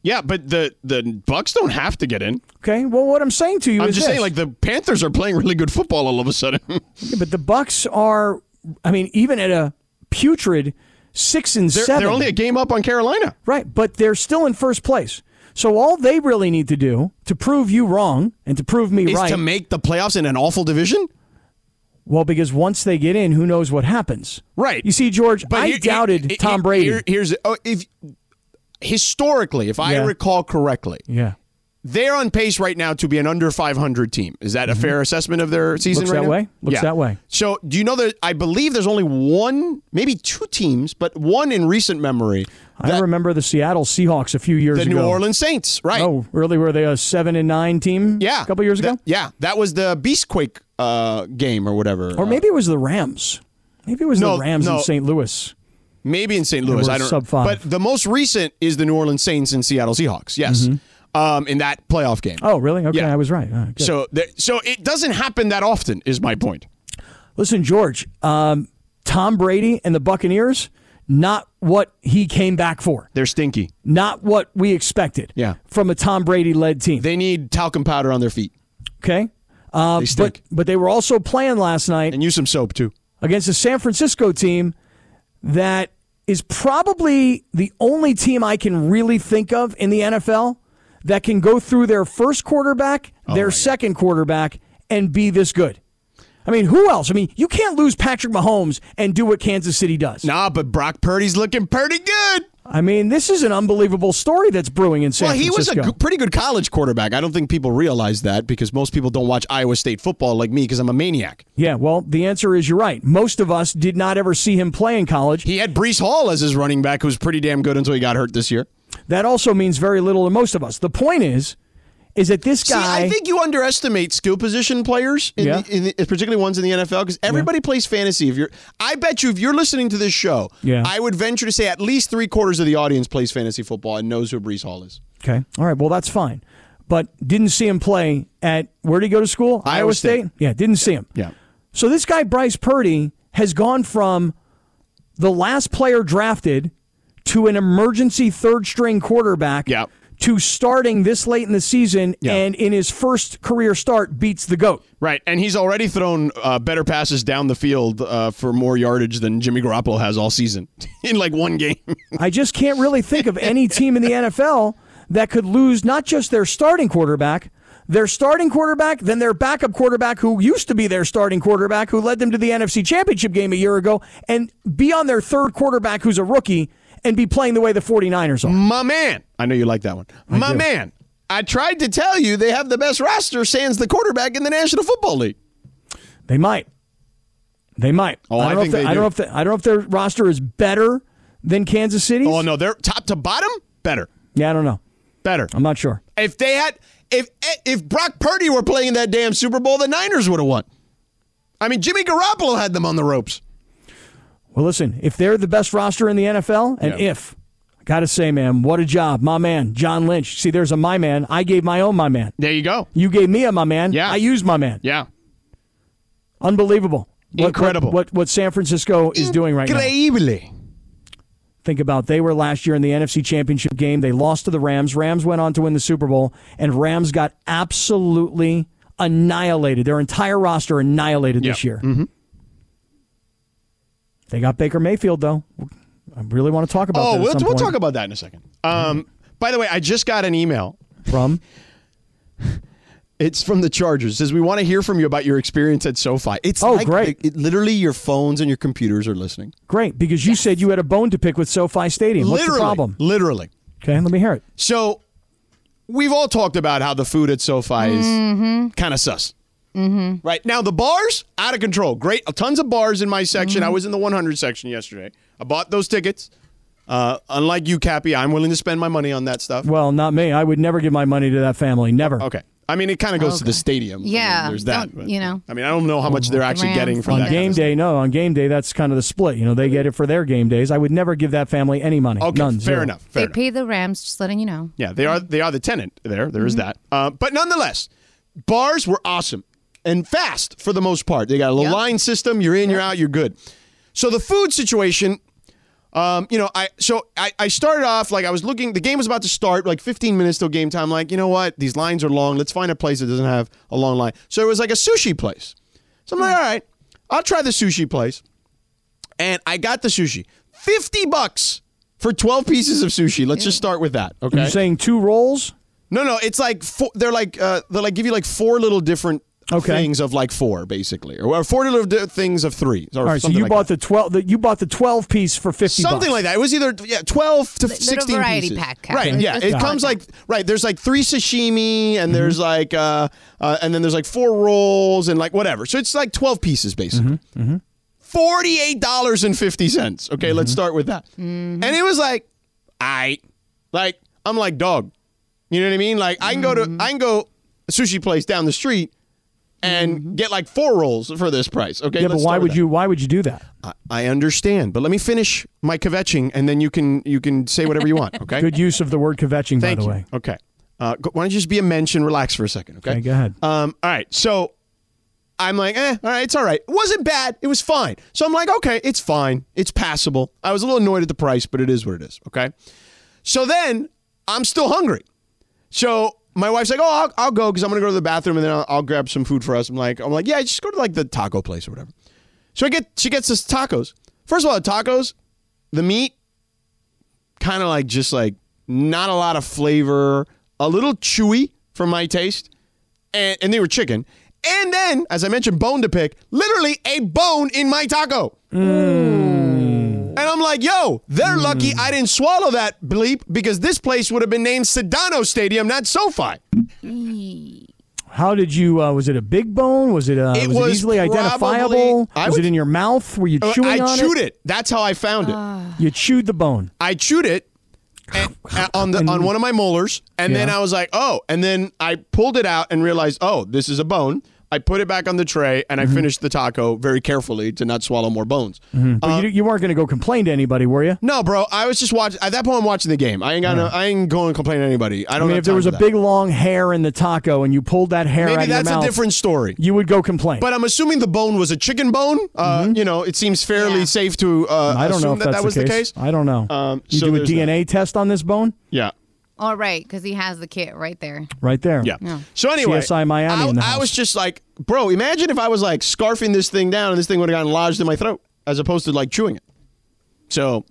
[SPEAKER 1] Yeah, but the the Bucks don't have to get in.
[SPEAKER 2] Okay. Well, what I'm saying to you
[SPEAKER 1] I'm
[SPEAKER 2] is
[SPEAKER 1] just
[SPEAKER 2] this.
[SPEAKER 1] saying, like the Panthers are playing really good football all of a sudden. [LAUGHS]
[SPEAKER 2] Yeah, but the Bucks are. I mean, even at a putrid six and
[SPEAKER 1] They're-
[SPEAKER 2] 7
[SPEAKER 1] they're only a game up on Carolina.
[SPEAKER 2] Right, but they're still in first place. So all they really need to do to prove you wrong and to prove me
[SPEAKER 1] is
[SPEAKER 2] right
[SPEAKER 1] to make the playoffs in an awful division.
[SPEAKER 2] Well, because once they get in, who knows what happens?
[SPEAKER 1] Right.
[SPEAKER 2] You see, George, I
[SPEAKER 1] here-
[SPEAKER 2] doubted
[SPEAKER 1] here-
[SPEAKER 2] Tom
[SPEAKER 1] here-
[SPEAKER 2] Brady.
[SPEAKER 1] here- here's oh, if historically, if I
[SPEAKER 2] Yeah.
[SPEAKER 1] recall correctly,
[SPEAKER 2] yeah.
[SPEAKER 1] they're on pace right now to be an under 500 team. Is that a fair assessment of their season?
[SPEAKER 2] Mm-hmm. Looks
[SPEAKER 1] right
[SPEAKER 2] that
[SPEAKER 1] now?
[SPEAKER 2] way. Looks that way.
[SPEAKER 1] So, do you know that I believe there's only one, maybe two teams, but one in recent memory,
[SPEAKER 2] I remember the Seattle Seahawks a few years
[SPEAKER 1] the New
[SPEAKER 2] ago.
[SPEAKER 1] Orleans Saints, right?
[SPEAKER 2] Oh, really? Were they a seven and nine team?
[SPEAKER 1] Yeah,
[SPEAKER 2] a couple years ago,
[SPEAKER 1] That- yeah, that was the Beastquake uh, game or whatever.
[SPEAKER 2] or
[SPEAKER 1] Uh,
[SPEAKER 2] maybe it was the Rams. Maybe it was
[SPEAKER 1] No,
[SPEAKER 2] the Rams
[SPEAKER 1] no.
[SPEAKER 2] in St. Louis.
[SPEAKER 1] Maybe in St.
[SPEAKER 2] They
[SPEAKER 1] Louis.
[SPEAKER 2] were
[SPEAKER 1] I don't.
[SPEAKER 2] sub five.
[SPEAKER 1] But the most recent is the New Orleans Saints and Seattle Seahawks. Yes, um, in that playoff game.
[SPEAKER 2] Mm-hmm. Oh, really? Okay, I was right. All right, good.
[SPEAKER 1] So, there, so it doesn't happen that often. Is my point.
[SPEAKER 2] Listen, George, um, Tom Brady and the Buccaneers, not what he came back for.
[SPEAKER 1] They're stinky.
[SPEAKER 2] Not what we expected
[SPEAKER 1] Yeah.
[SPEAKER 2] from a Tom Brady led team.
[SPEAKER 1] They need talcum powder on their feet.
[SPEAKER 2] Okay. Uh,
[SPEAKER 1] They stink.
[SPEAKER 2] But, but they were also playing last night.
[SPEAKER 1] And use some soap, too.
[SPEAKER 2] Against a San Francisco team that is probably the only team I can really think of in the NFL that can go through their first quarterback,
[SPEAKER 1] Oh
[SPEAKER 2] their second quarterback, and be this good. I mean, who else? I mean, you can't lose Patrick Mahomes and do what Kansas City does.
[SPEAKER 1] Nah, but Brock Purdy's looking pretty good.
[SPEAKER 2] I mean, this is an unbelievable story that's brewing in San
[SPEAKER 1] well, he
[SPEAKER 2] Francisco.
[SPEAKER 1] was a g- pretty good college quarterback. I don't think people realize that because most people don't watch Iowa State football like me because I'm a maniac.
[SPEAKER 2] Yeah, well, the answer is you're right. Most of us did not ever see him play in college.
[SPEAKER 1] He had Brees Hall as his running back, who was pretty damn good until he got hurt this year.
[SPEAKER 2] That also means very little to most of us. The point is, is that this
[SPEAKER 1] See,
[SPEAKER 2] guy.
[SPEAKER 1] I think you underestimate skill position players, in
[SPEAKER 2] Yeah.
[SPEAKER 1] the, in the, particularly ones in the NFL, because everybody plays fantasy. If you're, I bet you, if you're listening to this show,
[SPEAKER 2] Yeah.
[SPEAKER 1] I would venture to say at least three quarters of the audience plays fantasy football and knows who Brees Hall is.
[SPEAKER 2] okay, all right, well, that's fine. But didn't see him play at where did he go to school?
[SPEAKER 1] Iowa State.
[SPEAKER 2] Yeah, didn't see him.
[SPEAKER 1] Yeah.
[SPEAKER 2] So this guy Bryce Purdy has gone from the last player drafted to an emergency third string quarterback.
[SPEAKER 1] Yeah.
[SPEAKER 2] To starting this late in the season and in his first career start beats the goat.
[SPEAKER 1] Right, and he's already thrown uh, better passes down the field uh, for more yardage than Jimmy Garoppolo has all season [LAUGHS] in like one game.
[SPEAKER 2] I just can't really think of any team in the NFL that could lose not just their starting quarterback, their starting quarterback, then their backup quarterback who used to be their starting quarterback who led them to the NFC Championship game a year ago and be on their third quarterback who's a rookie and be playing the way the 49ers are.
[SPEAKER 1] My man, I know you like that one. My man, I tried to tell you they have the best roster, sans the quarterback in the National Football League.
[SPEAKER 2] They might. They might.
[SPEAKER 1] Oh, I
[SPEAKER 2] don't know
[SPEAKER 1] think
[SPEAKER 2] if
[SPEAKER 1] they
[SPEAKER 2] they- I don't
[SPEAKER 1] do.
[SPEAKER 2] know if they- I don't know if their roster is better than Kansas City's.
[SPEAKER 1] Oh no, they're top to bottom better,
[SPEAKER 2] Yeah, I don't know.
[SPEAKER 1] better.
[SPEAKER 2] I'm not sure.
[SPEAKER 1] If they had, if if Brock Purdy were playing in that damn Super Bowl, the Niners would have won. I mean, Jimmy Garoppolo had them on the ropes.
[SPEAKER 2] Well, listen, if they're the best roster in the NFL, and
[SPEAKER 1] Yeah.
[SPEAKER 2] if, Gotta say, man, what a job. My man, John Lynch. See, there's a my man. I gave my own my man.
[SPEAKER 1] There you go.
[SPEAKER 2] You gave me a my man. Yeah. I used my man.
[SPEAKER 1] Yeah.
[SPEAKER 2] Unbelievable. What- what-
[SPEAKER 1] Incredible.
[SPEAKER 2] What, what, San Francisco is doing right now.
[SPEAKER 1] Incredibly.
[SPEAKER 2] Think about they were last year in the NFC Championship game. They lost to the Rams. Rams went on to win the Super Bowl, and Rams got absolutely annihilated. Their entire roster annihilated this year.
[SPEAKER 1] Mm-hmm.
[SPEAKER 2] They got Baker Mayfield though. I really want to talk about.
[SPEAKER 1] Oh,
[SPEAKER 2] that at
[SPEAKER 1] we'll,
[SPEAKER 2] some
[SPEAKER 1] we'll
[SPEAKER 2] point.
[SPEAKER 1] talk about that in a second. Um, By the way, I just got an email
[SPEAKER 2] from.
[SPEAKER 1] It's from the Chargers. It says we want to hear from you about your experience at SoFi. It's
[SPEAKER 2] Oh,
[SPEAKER 1] like
[SPEAKER 2] great.
[SPEAKER 1] the- it, literally your phones and your computers are listening.
[SPEAKER 2] Great, because you said you had a bone to pick with SoFi Stadium. What's
[SPEAKER 1] literally,
[SPEAKER 2] the problem?
[SPEAKER 1] Literally.
[SPEAKER 2] Okay, let me hear it.
[SPEAKER 1] So we've all talked about how the food at SoFi is kind of sus.
[SPEAKER 13] Mm-hmm.
[SPEAKER 1] Right now, the bars out of control. Great, tons of bars in my section. I was in the 100 section yesterday. I bought those tickets. Uh, unlike you, Cappy, I'm willing to spend my money on that stuff.
[SPEAKER 2] Well, not me. I would never give my money to that family. Never.
[SPEAKER 1] Okay. I mean, it kind of goes to the stadium. I mean,
[SPEAKER 10] Yeah,
[SPEAKER 1] there's that.
[SPEAKER 10] don't-
[SPEAKER 1] but-
[SPEAKER 10] you know.
[SPEAKER 1] I mean, I don't know how much they're actually
[SPEAKER 10] Rams,
[SPEAKER 1] getting from
[SPEAKER 2] on
[SPEAKER 1] that.
[SPEAKER 2] game day, no. On game day, that's kind of the split. You know, they get it for their game days. I would never give that family any money.
[SPEAKER 1] Okay,
[SPEAKER 2] None.
[SPEAKER 1] fair
[SPEAKER 2] zero.
[SPEAKER 1] enough.
[SPEAKER 10] They
[SPEAKER 1] Fair enough.
[SPEAKER 10] pay the Rams, just letting you know.
[SPEAKER 1] Yeah, they are they are the tenant there. There is that. Uh, but nonetheless, bars were awesome and fast for the most part. They got a little line system. You're in, you're out, you're good. So the food situation, um, you know, I so I, I started off like I was looking. The game was about to start, like 15 minutes till game time. Like you know what, these lines are long. Let's find a place that doesn't have a long line. So it was like a sushi place. So I'm like, all right, I'll try the sushi place and I got the sushi. 50 bucks for 12 pieces of sushi. Let's just start with that, okay?
[SPEAKER 2] You're saying two rolls?
[SPEAKER 1] No, no, it's like four, they're like uh they like give you like four little different
[SPEAKER 2] Okay.
[SPEAKER 1] things of like four basically. Or well, four little di- things of three. Or
[SPEAKER 2] All right, so
[SPEAKER 1] something
[SPEAKER 2] you
[SPEAKER 1] like
[SPEAKER 2] bought the twelve. The, you bought the twelve piece for fifty.
[SPEAKER 1] Something
[SPEAKER 2] bucks.
[SPEAKER 1] like that. It was either yeah, twelve to sixteen
[SPEAKER 10] variety
[SPEAKER 1] pieces.
[SPEAKER 10] pack, Kat.
[SPEAKER 1] right?
[SPEAKER 10] Let's
[SPEAKER 1] Yeah,
[SPEAKER 10] just
[SPEAKER 1] it
[SPEAKER 10] call it
[SPEAKER 1] comes like right. There's like three sashimi,
[SPEAKER 2] Mm-hmm.
[SPEAKER 1] and there's like uh, uh, and then there's like four rolls, and like whatever. So it's like twelve pieces
[SPEAKER 2] Mm-hmm,
[SPEAKER 1] basically. Forty-eight dollars and fifty cents. Okay,
[SPEAKER 2] Mm-hmm.
[SPEAKER 1] let's start with that.
[SPEAKER 10] Mm-hmm.
[SPEAKER 1] And it was like, I, like I'm like dog. You know what I mean? Like I can go
[SPEAKER 10] Mm-hmm.
[SPEAKER 1] to I can go a sushi place down the street and
[SPEAKER 10] Mm-hmm.
[SPEAKER 1] get like four rolls for this price. Okay,
[SPEAKER 2] yeah, but
[SPEAKER 1] let's
[SPEAKER 2] why
[SPEAKER 1] start with that.
[SPEAKER 2] would you? Why would you do that?
[SPEAKER 1] I- I understand, but let me finish my kvetching, and then you can you can say whatever you want. Okay.
[SPEAKER 2] Good use of the word kvetching,
[SPEAKER 1] Thank
[SPEAKER 2] by the
[SPEAKER 1] you.
[SPEAKER 2] way.
[SPEAKER 1] Okay. Uh, go- why don't you just be a mensch and relax for a second? Okay.
[SPEAKER 2] Okay, go ahead.
[SPEAKER 1] Um, all right. So I'm like, eh, all right, it's all right. It wasn't bad. It was fine. So I'm like, okay, it's fine. It's passable. I was a little annoyed at the price, but it is what it is. Okay. So then I'm still hungry. So my wife's like, oh, I'll, I'll go because I'm going to go to the bathroom and then I'll, I'll grab some food for us. I'm like, I'm like, yeah, just go to like the taco place or whatever. So I get, she gets us tacos. First of all, the tacos, the meat, kind of like just like not a lot of flavor, a little chewy for my taste, and, and they were chicken. And then, as I mentioned, bone to pick, literally a bone in my taco. And I'm like, yo, they're lucky I didn't swallow that bleep because this place would have been named Sedano Stadium, not SoFi.
[SPEAKER 2] How did you? Uh, was it a big bone? Was it? Uh,
[SPEAKER 1] It
[SPEAKER 2] was,
[SPEAKER 1] was
[SPEAKER 2] it easily
[SPEAKER 1] probably-
[SPEAKER 2] identifiable?
[SPEAKER 1] I
[SPEAKER 2] was
[SPEAKER 1] would-
[SPEAKER 2] it in your mouth? Were you
[SPEAKER 1] Uh,
[SPEAKER 2] chewing
[SPEAKER 1] I
[SPEAKER 2] on
[SPEAKER 1] chewed it. That's how I found it.
[SPEAKER 2] You chewed the bone.
[SPEAKER 1] I chewed it and- uh, on the on one of my molars, and then
[SPEAKER 2] Yeah.
[SPEAKER 1] I was like, oh, and then I pulled it out and realized, oh, this is a bone. I put it back on the tray and I
[SPEAKER 2] Mm-hmm.
[SPEAKER 1] finished the taco very carefully to not swallow more bones. Uh,
[SPEAKER 2] Mhm. But you, you weren't going to go complain to anybody, were you?
[SPEAKER 1] No, bro, I was just watching. At that point, I'm watching the game. I ain't got no, I ain't going to complain to anybody. I
[SPEAKER 2] I,
[SPEAKER 1] don't.
[SPEAKER 2] mean,
[SPEAKER 1] have
[SPEAKER 2] if there
[SPEAKER 1] time
[SPEAKER 2] was
[SPEAKER 1] for
[SPEAKER 2] a
[SPEAKER 1] that.
[SPEAKER 2] big long hair in the taco and you pulled that hair out
[SPEAKER 1] maybe
[SPEAKER 2] of your
[SPEAKER 1] that's a
[SPEAKER 2] mouth,
[SPEAKER 1] different story.
[SPEAKER 2] you would go complain.
[SPEAKER 1] But I'm assuming the bone was a chicken bone. Uh, You know, it seems fairly safe to uh,
[SPEAKER 2] Mm-hmm. I don't know
[SPEAKER 1] assume
[SPEAKER 2] if
[SPEAKER 1] that that
[SPEAKER 2] that's
[SPEAKER 1] was
[SPEAKER 2] the, case. I don't know.
[SPEAKER 1] Um,
[SPEAKER 2] you
[SPEAKER 1] so
[SPEAKER 2] do a
[SPEAKER 1] there's that.
[SPEAKER 2] DNA test on this bone,
[SPEAKER 1] Yeah.
[SPEAKER 10] All right, because he has the kit right there.
[SPEAKER 2] right there.
[SPEAKER 1] Yeah. So anyway,
[SPEAKER 2] CSI Miami
[SPEAKER 1] I,
[SPEAKER 2] in the
[SPEAKER 1] I
[SPEAKER 2] house.
[SPEAKER 1] was just like, bro, imagine if I was like scarfing this thing down and this thing would have gotten lodged in my throat as opposed to like chewing it. So,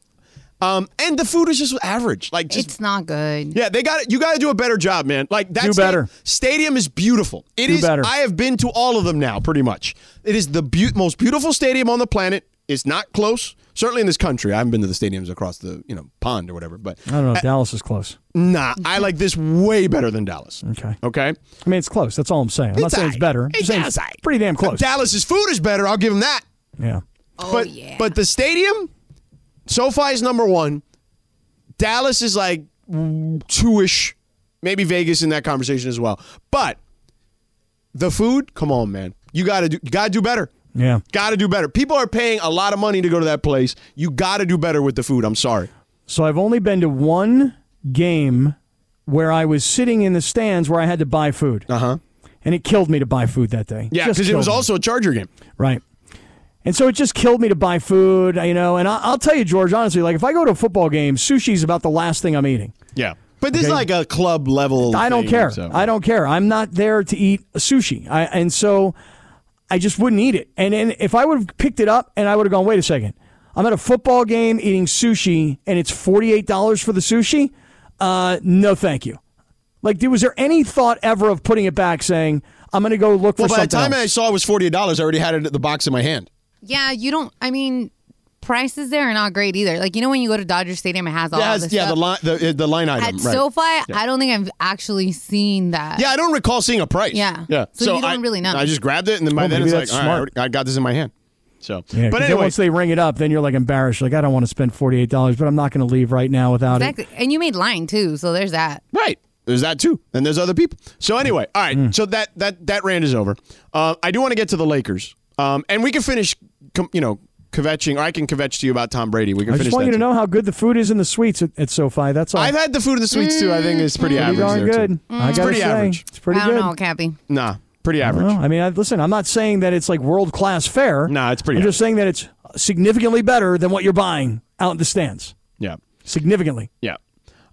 [SPEAKER 1] um, and the food was just average. Like, just,
[SPEAKER 10] It's not good.
[SPEAKER 1] yeah, they got it. You got to do a better job, man. Like that
[SPEAKER 2] Do
[SPEAKER 1] sta-
[SPEAKER 2] better.
[SPEAKER 1] stadium is beautiful. It is.
[SPEAKER 2] Do better.
[SPEAKER 1] I have been to all of them now, pretty much. It is the beau- most beautiful stadium on the planet. It's not close. Certainly in this country, I haven't been to the stadiums across the you know pond or whatever. But
[SPEAKER 2] I don't know. if Dallas is close.
[SPEAKER 1] nah, I like this way better than Dallas.
[SPEAKER 2] Okay.
[SPEAKER 1] Okay.
[SPEAKER 2] I mean, it's close. That's all I'm saying. I'm not
[SPEAKER 1] Oh. It's
[SPEAKER 2] saying it's
[SPEAKER 1] aight.
[SPEAKER 2] better. I'm
[SPEAKER 1] It's
[SPEAKER 2] saying it's
[SPEAKER 1] aight.
[SPEAKER 2] pretty damn close.
[SPEAKER 1] Dallas's food is better. I'll give them that.
[SPEAKER 2] Yeah.
[SPEAKER 1] Oh, but, yeah. But the stadium, SoFi is number one. Dallas is like two ish, maybe Vegas in that conversation as well. But the food, come on, man. You gotta do you gotta do better.
[SPEAKER 2] Yeah.
[SPEAKER 1] Gotta do better. People are paying a lot of money to go to that place. You gotta do better with the food. I'm sorry.
[SPEAKER 2] So I've only been to one game where I was sitting in the stands where I had to buy food.
[SPEAKER 1] Uh huh.
[SPEAKER 2] And it killed me to buy food that day.
[SPEAKER 1] Yeah,
[SPEAKER 2] Uh-huh. Just
[SPEAKER 1] because it was
[SPEAKER 2] killed me.
[SPEAKER 1] also a Charger game.
[SPEAKER 2] Right. And so it just killed me to buy food, you know. And I- I'll tell you, George, honestly, like if I go to a football game, sushi's about the last thing I'm eating.
[SPEAKER 1] Yeah, but this is
[SPEAKER 2] Okay.
[SPEAKER 1] like a club level.
[SPEAKER 2] I don't
[SPEAKER 1] thing,
[SPEAKER 2] care.
[SPEAKER 1] so-
[SPEAKER 2] I don't care. I'm not there to eat sushi. I, and so I just wouldn't eat it. And, and if I would have picked it up and I would have gone, wait a second, I'm at a football game eating sushi and it's $48 for the sushi, uh, no thank you. Like, dude, was there any thought ever of putting it back saying, I'm going to go look
[SPEAKER 1] Well,
[SPEAKER 2] for
[SPEAKER 1] by the
[SPEAKER 2] something
[SPEAKER 1] time
[SPEAKER 2] else?
[SPEAKER 1] I saw it was forty eight dollars, I already had it at the box in my hand.
[SPEAKER 14] Yeah, you don't. I mean, prices there are not great either. Like you know when you go to Dodger Stadium, it has all
[SPEAKER 1] It has-
[SPEAKER 14] this
[SPEAKER 1] yeah,
[SPEAKER 14] stuff.
[SPEAKER 1] the line, the, uh, the line item.
[SPEAKER 14] At
[SPEAKER 1] right.
[SPEAKER 14] SoFi,
[SPEAKER 1] Yeah.
[SPEAKER 14] I don't think I've actually seen that.
[SPEAKER 1] Yeah, I don't recall seeing a price.
[SPEAKER 14] Yeah.
[SPEAKER 1] yeah.
[SPEAKER 14] So you don't
[SPEAKER 1] I,
[SPEAKER 14] really know.
[SPEAKER 1] I just grabbed it, and then by
[SPEAKER 2] Oh,
[SPEAKER 1] then
[SPEAKER 2] maybe
[SPEAKER 1] it's like,
[SPEAKER 2] that's
[SPEAKER 1] all right, I
[SPEAKER 2] smart.
[SPEAKER 1] already- I got this in my hand. So,
[SPEAKER 2] Yeah, 'cause
[SPEAKER 1] but
[SPEAKER 2] then
[SPEAKER 1] anyway,
[SPEAKER 2] once they ring it up, then you're like embarrassed. Like, I don't want to spend $48, but I'm not going to leave right now without it.
[SPEAKER 14] exactly. And you made line too, so there's that.
[SPEAKER 1] Right. There's that too, and there's other people. So anyway, all right.
[SPEAKER 2] Mm.
[SPEAKER 1] So that that that rant is over. Uh, I do want to get to the Lakers, um, and we can finish. Com- you know, kvetching, or I can kvetch to you about Tom Brady. We can
[SPEAKER 2] I
[SPEAKER 1] finish
[SPEAKER 2] just
[SPEAKER 1] that.
[SPEAKER 2] want you to know how good the food is in the suites at, at SoFi. That's all.
[SPEAKER 1] I've had the food in the sweets too. I think it's pretty,
[SPEAKER 2] Pretty
[SPEAKER 1] average.
[SPEAKER 2] Mm, darn
[SPEAKER 1] there,
[SPEAKER 2] good.
[SPEAKER 1] too.
[SPEAKER 2] I
[SPEAKER 1] it's
[SPEAKER 2] gotta
[SPEAKER 1] pretty
[SPEAKER 2] say,
[SPEAKER 1] average.
[SPEAKER 2] It's pretty
[SPEAKER 14] I don't
[SPEAKER 2] good.
[SPEAKER 14] know, Cappy.
[SPEAKER 1] Nah, pretty average.
[SPEAKER 2] Well, I mean, I, listen, I'm not saying that it's like world class fare. No,
[SPEAKER 1] it's pretty
[SPEAKER 2] I'm just saying that it's significantly better than what you're buying out in the stands.
[SPEAKER 1] Yeah.
[SPEAKER 2] Significantly.
[SPEAKER 1] Yeah.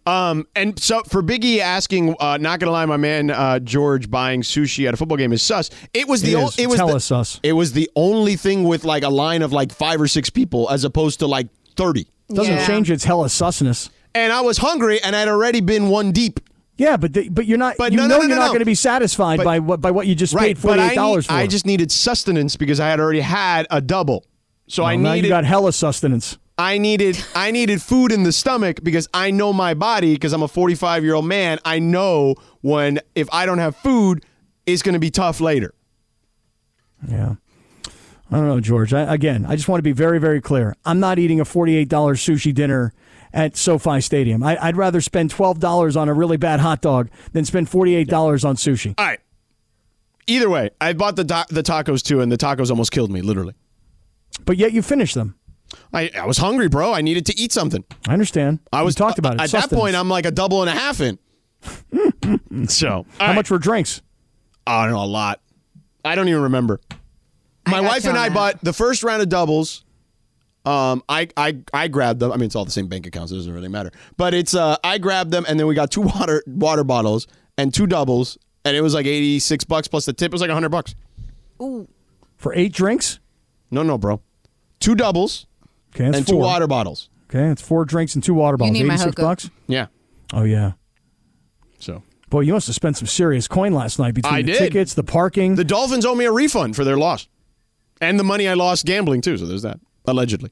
[SPEAKER 1] Um, and so for Biggie asking, uh, not gonna lie, my man uh, George buying sushi at a football game is sus. It was the
[SPEAKER 2] It
[SPEAKER 1] o-
[SPEAKER 2] is.
[SPEAKER 1] it was
[SPEAKER 2] Tell
[SPEAKER 1] the,
[SPEAKER 2] us sus.
[SPEAKER 1] It was the only thing with like a line of like five or six people as opposed to like thirty.
[SPEAKER 2] Doesn't change its hella susness.
[SPEAKER 1] And I was hungry, and I'd already been one deep.
[SPEAKER 2] Yeah, but the, but you're not.
[SPEAKER 1] But
[SPEAKER 2] you
[SPEAKER 1] no, no,
[SPEAKER 2] know
[SPEAKER 1] no,
[SPEAKER 2] you're
[SPEAKER 1] no,
[SPEAKER 2] not
[SPEAKER 1] no.
[SPEAKER 2] going to be satisfied
[SPEAKER 1] But-
[SPEAKER 2] by what by what you just
[SPEAKER 1] right,
[SPEAKER 2] paid
[SPEAKER 1] but
[SPEAKER 2] forty
[SPEAKER 1] I,
[SPEAKER 2] eight dollars
[SPEAKER 1] need-
[SPEAKER 2] for.
[SPEAKER 1] I just needed sustenance because I had already had a double. So I
[SPEAKER 2] Well, now
[SPEAKER 1] needed
[SPEAKER 2] you got hella sustenance.
[SPEAKER 1] I needed I needed food in the stomach because I know my body because I'm a 45 year old man. I know when if I don't have food, it's going to be tough later.
[SPEAKER 2] Yeah. I don't know, George. I, again, I just want to be very, very clear. I'm not eating a $48 sushi dinner at SoFi Stadium. I, I'd rather spend $12 on a really bad hot dog than spend $48 on sushi.
[SPEAKER 1] All right. Either way, I bought the ta- the tacos too, and the tacos almost killed me, literally.
[SPEAKER 2] But yet you finish them.
[SPEAKER 1] I, I was hungry, bro. I needed to eat something.
[SPEAKER 2] I understand.
[SPEAKER 1] I was uh,
[SPEAKER 2] talked about it.
[SPEAKER 1] At that
[SPEAKER 2] Sustenance.
[SPEAKER 1] point, I'm like a double and a half
[SPEAKER 2] [LAUGHS]
[SPEAKER 1] in. so Oh,
[SPEAKER 2] How much were drinks?
[SPEAKER 1] I don't know, a lot. I don't even remember. My wife
[SPEAKER 2] you
[SPEAKER 1] and
[SPEAKER 2] on
[SPEAKER 1] I
[SPEAKER 2] that.
[SPEAKER 1] bought the first round of doubles. Um, I, I I grabbed them. I mean, it's all the same bank accounts. It doesn't really matter. But it's uh, I grabbed them, and then we got two [LAUGHS] water water bottles and two doubles, and it was like eighty six bucks plus the tip. It was like hundred bucks.
[SPEAKER 14] Ooh.
[SPEAKER 2] For eight drinks?
[SPEAKER 1] No, no, bro. Two doubles
[SPEAKER 2] Okay, that's
[SPEAKER 1] and two
[SPEAKER 2] four.
[SPEAKER 1] water bottles.
[SPEAKER 2] Okay, it's four drinks and two water bottles.
[SPEAKER 14] need my
[SPEAKER 2] 86
[SPEAKER 14] hookah.
[SPEAKER 2] bucks?
[SPEAKER 1] Yeah.
[SPEAKER 2] Oh, yeah.
[SPEAKER 1] So
[SPEAKER 2] Boy, you must have spent some serious coin last night between
[SPEAKER 1] I
[SPEAKER 2] the
[SPEAKER 1] did.
[SPEAKER 2] tickets, the parking.
[SPEAKER 1] the Dolphins owe me a refund for their loss, and the money I lost gambling too. So there's that allegedly.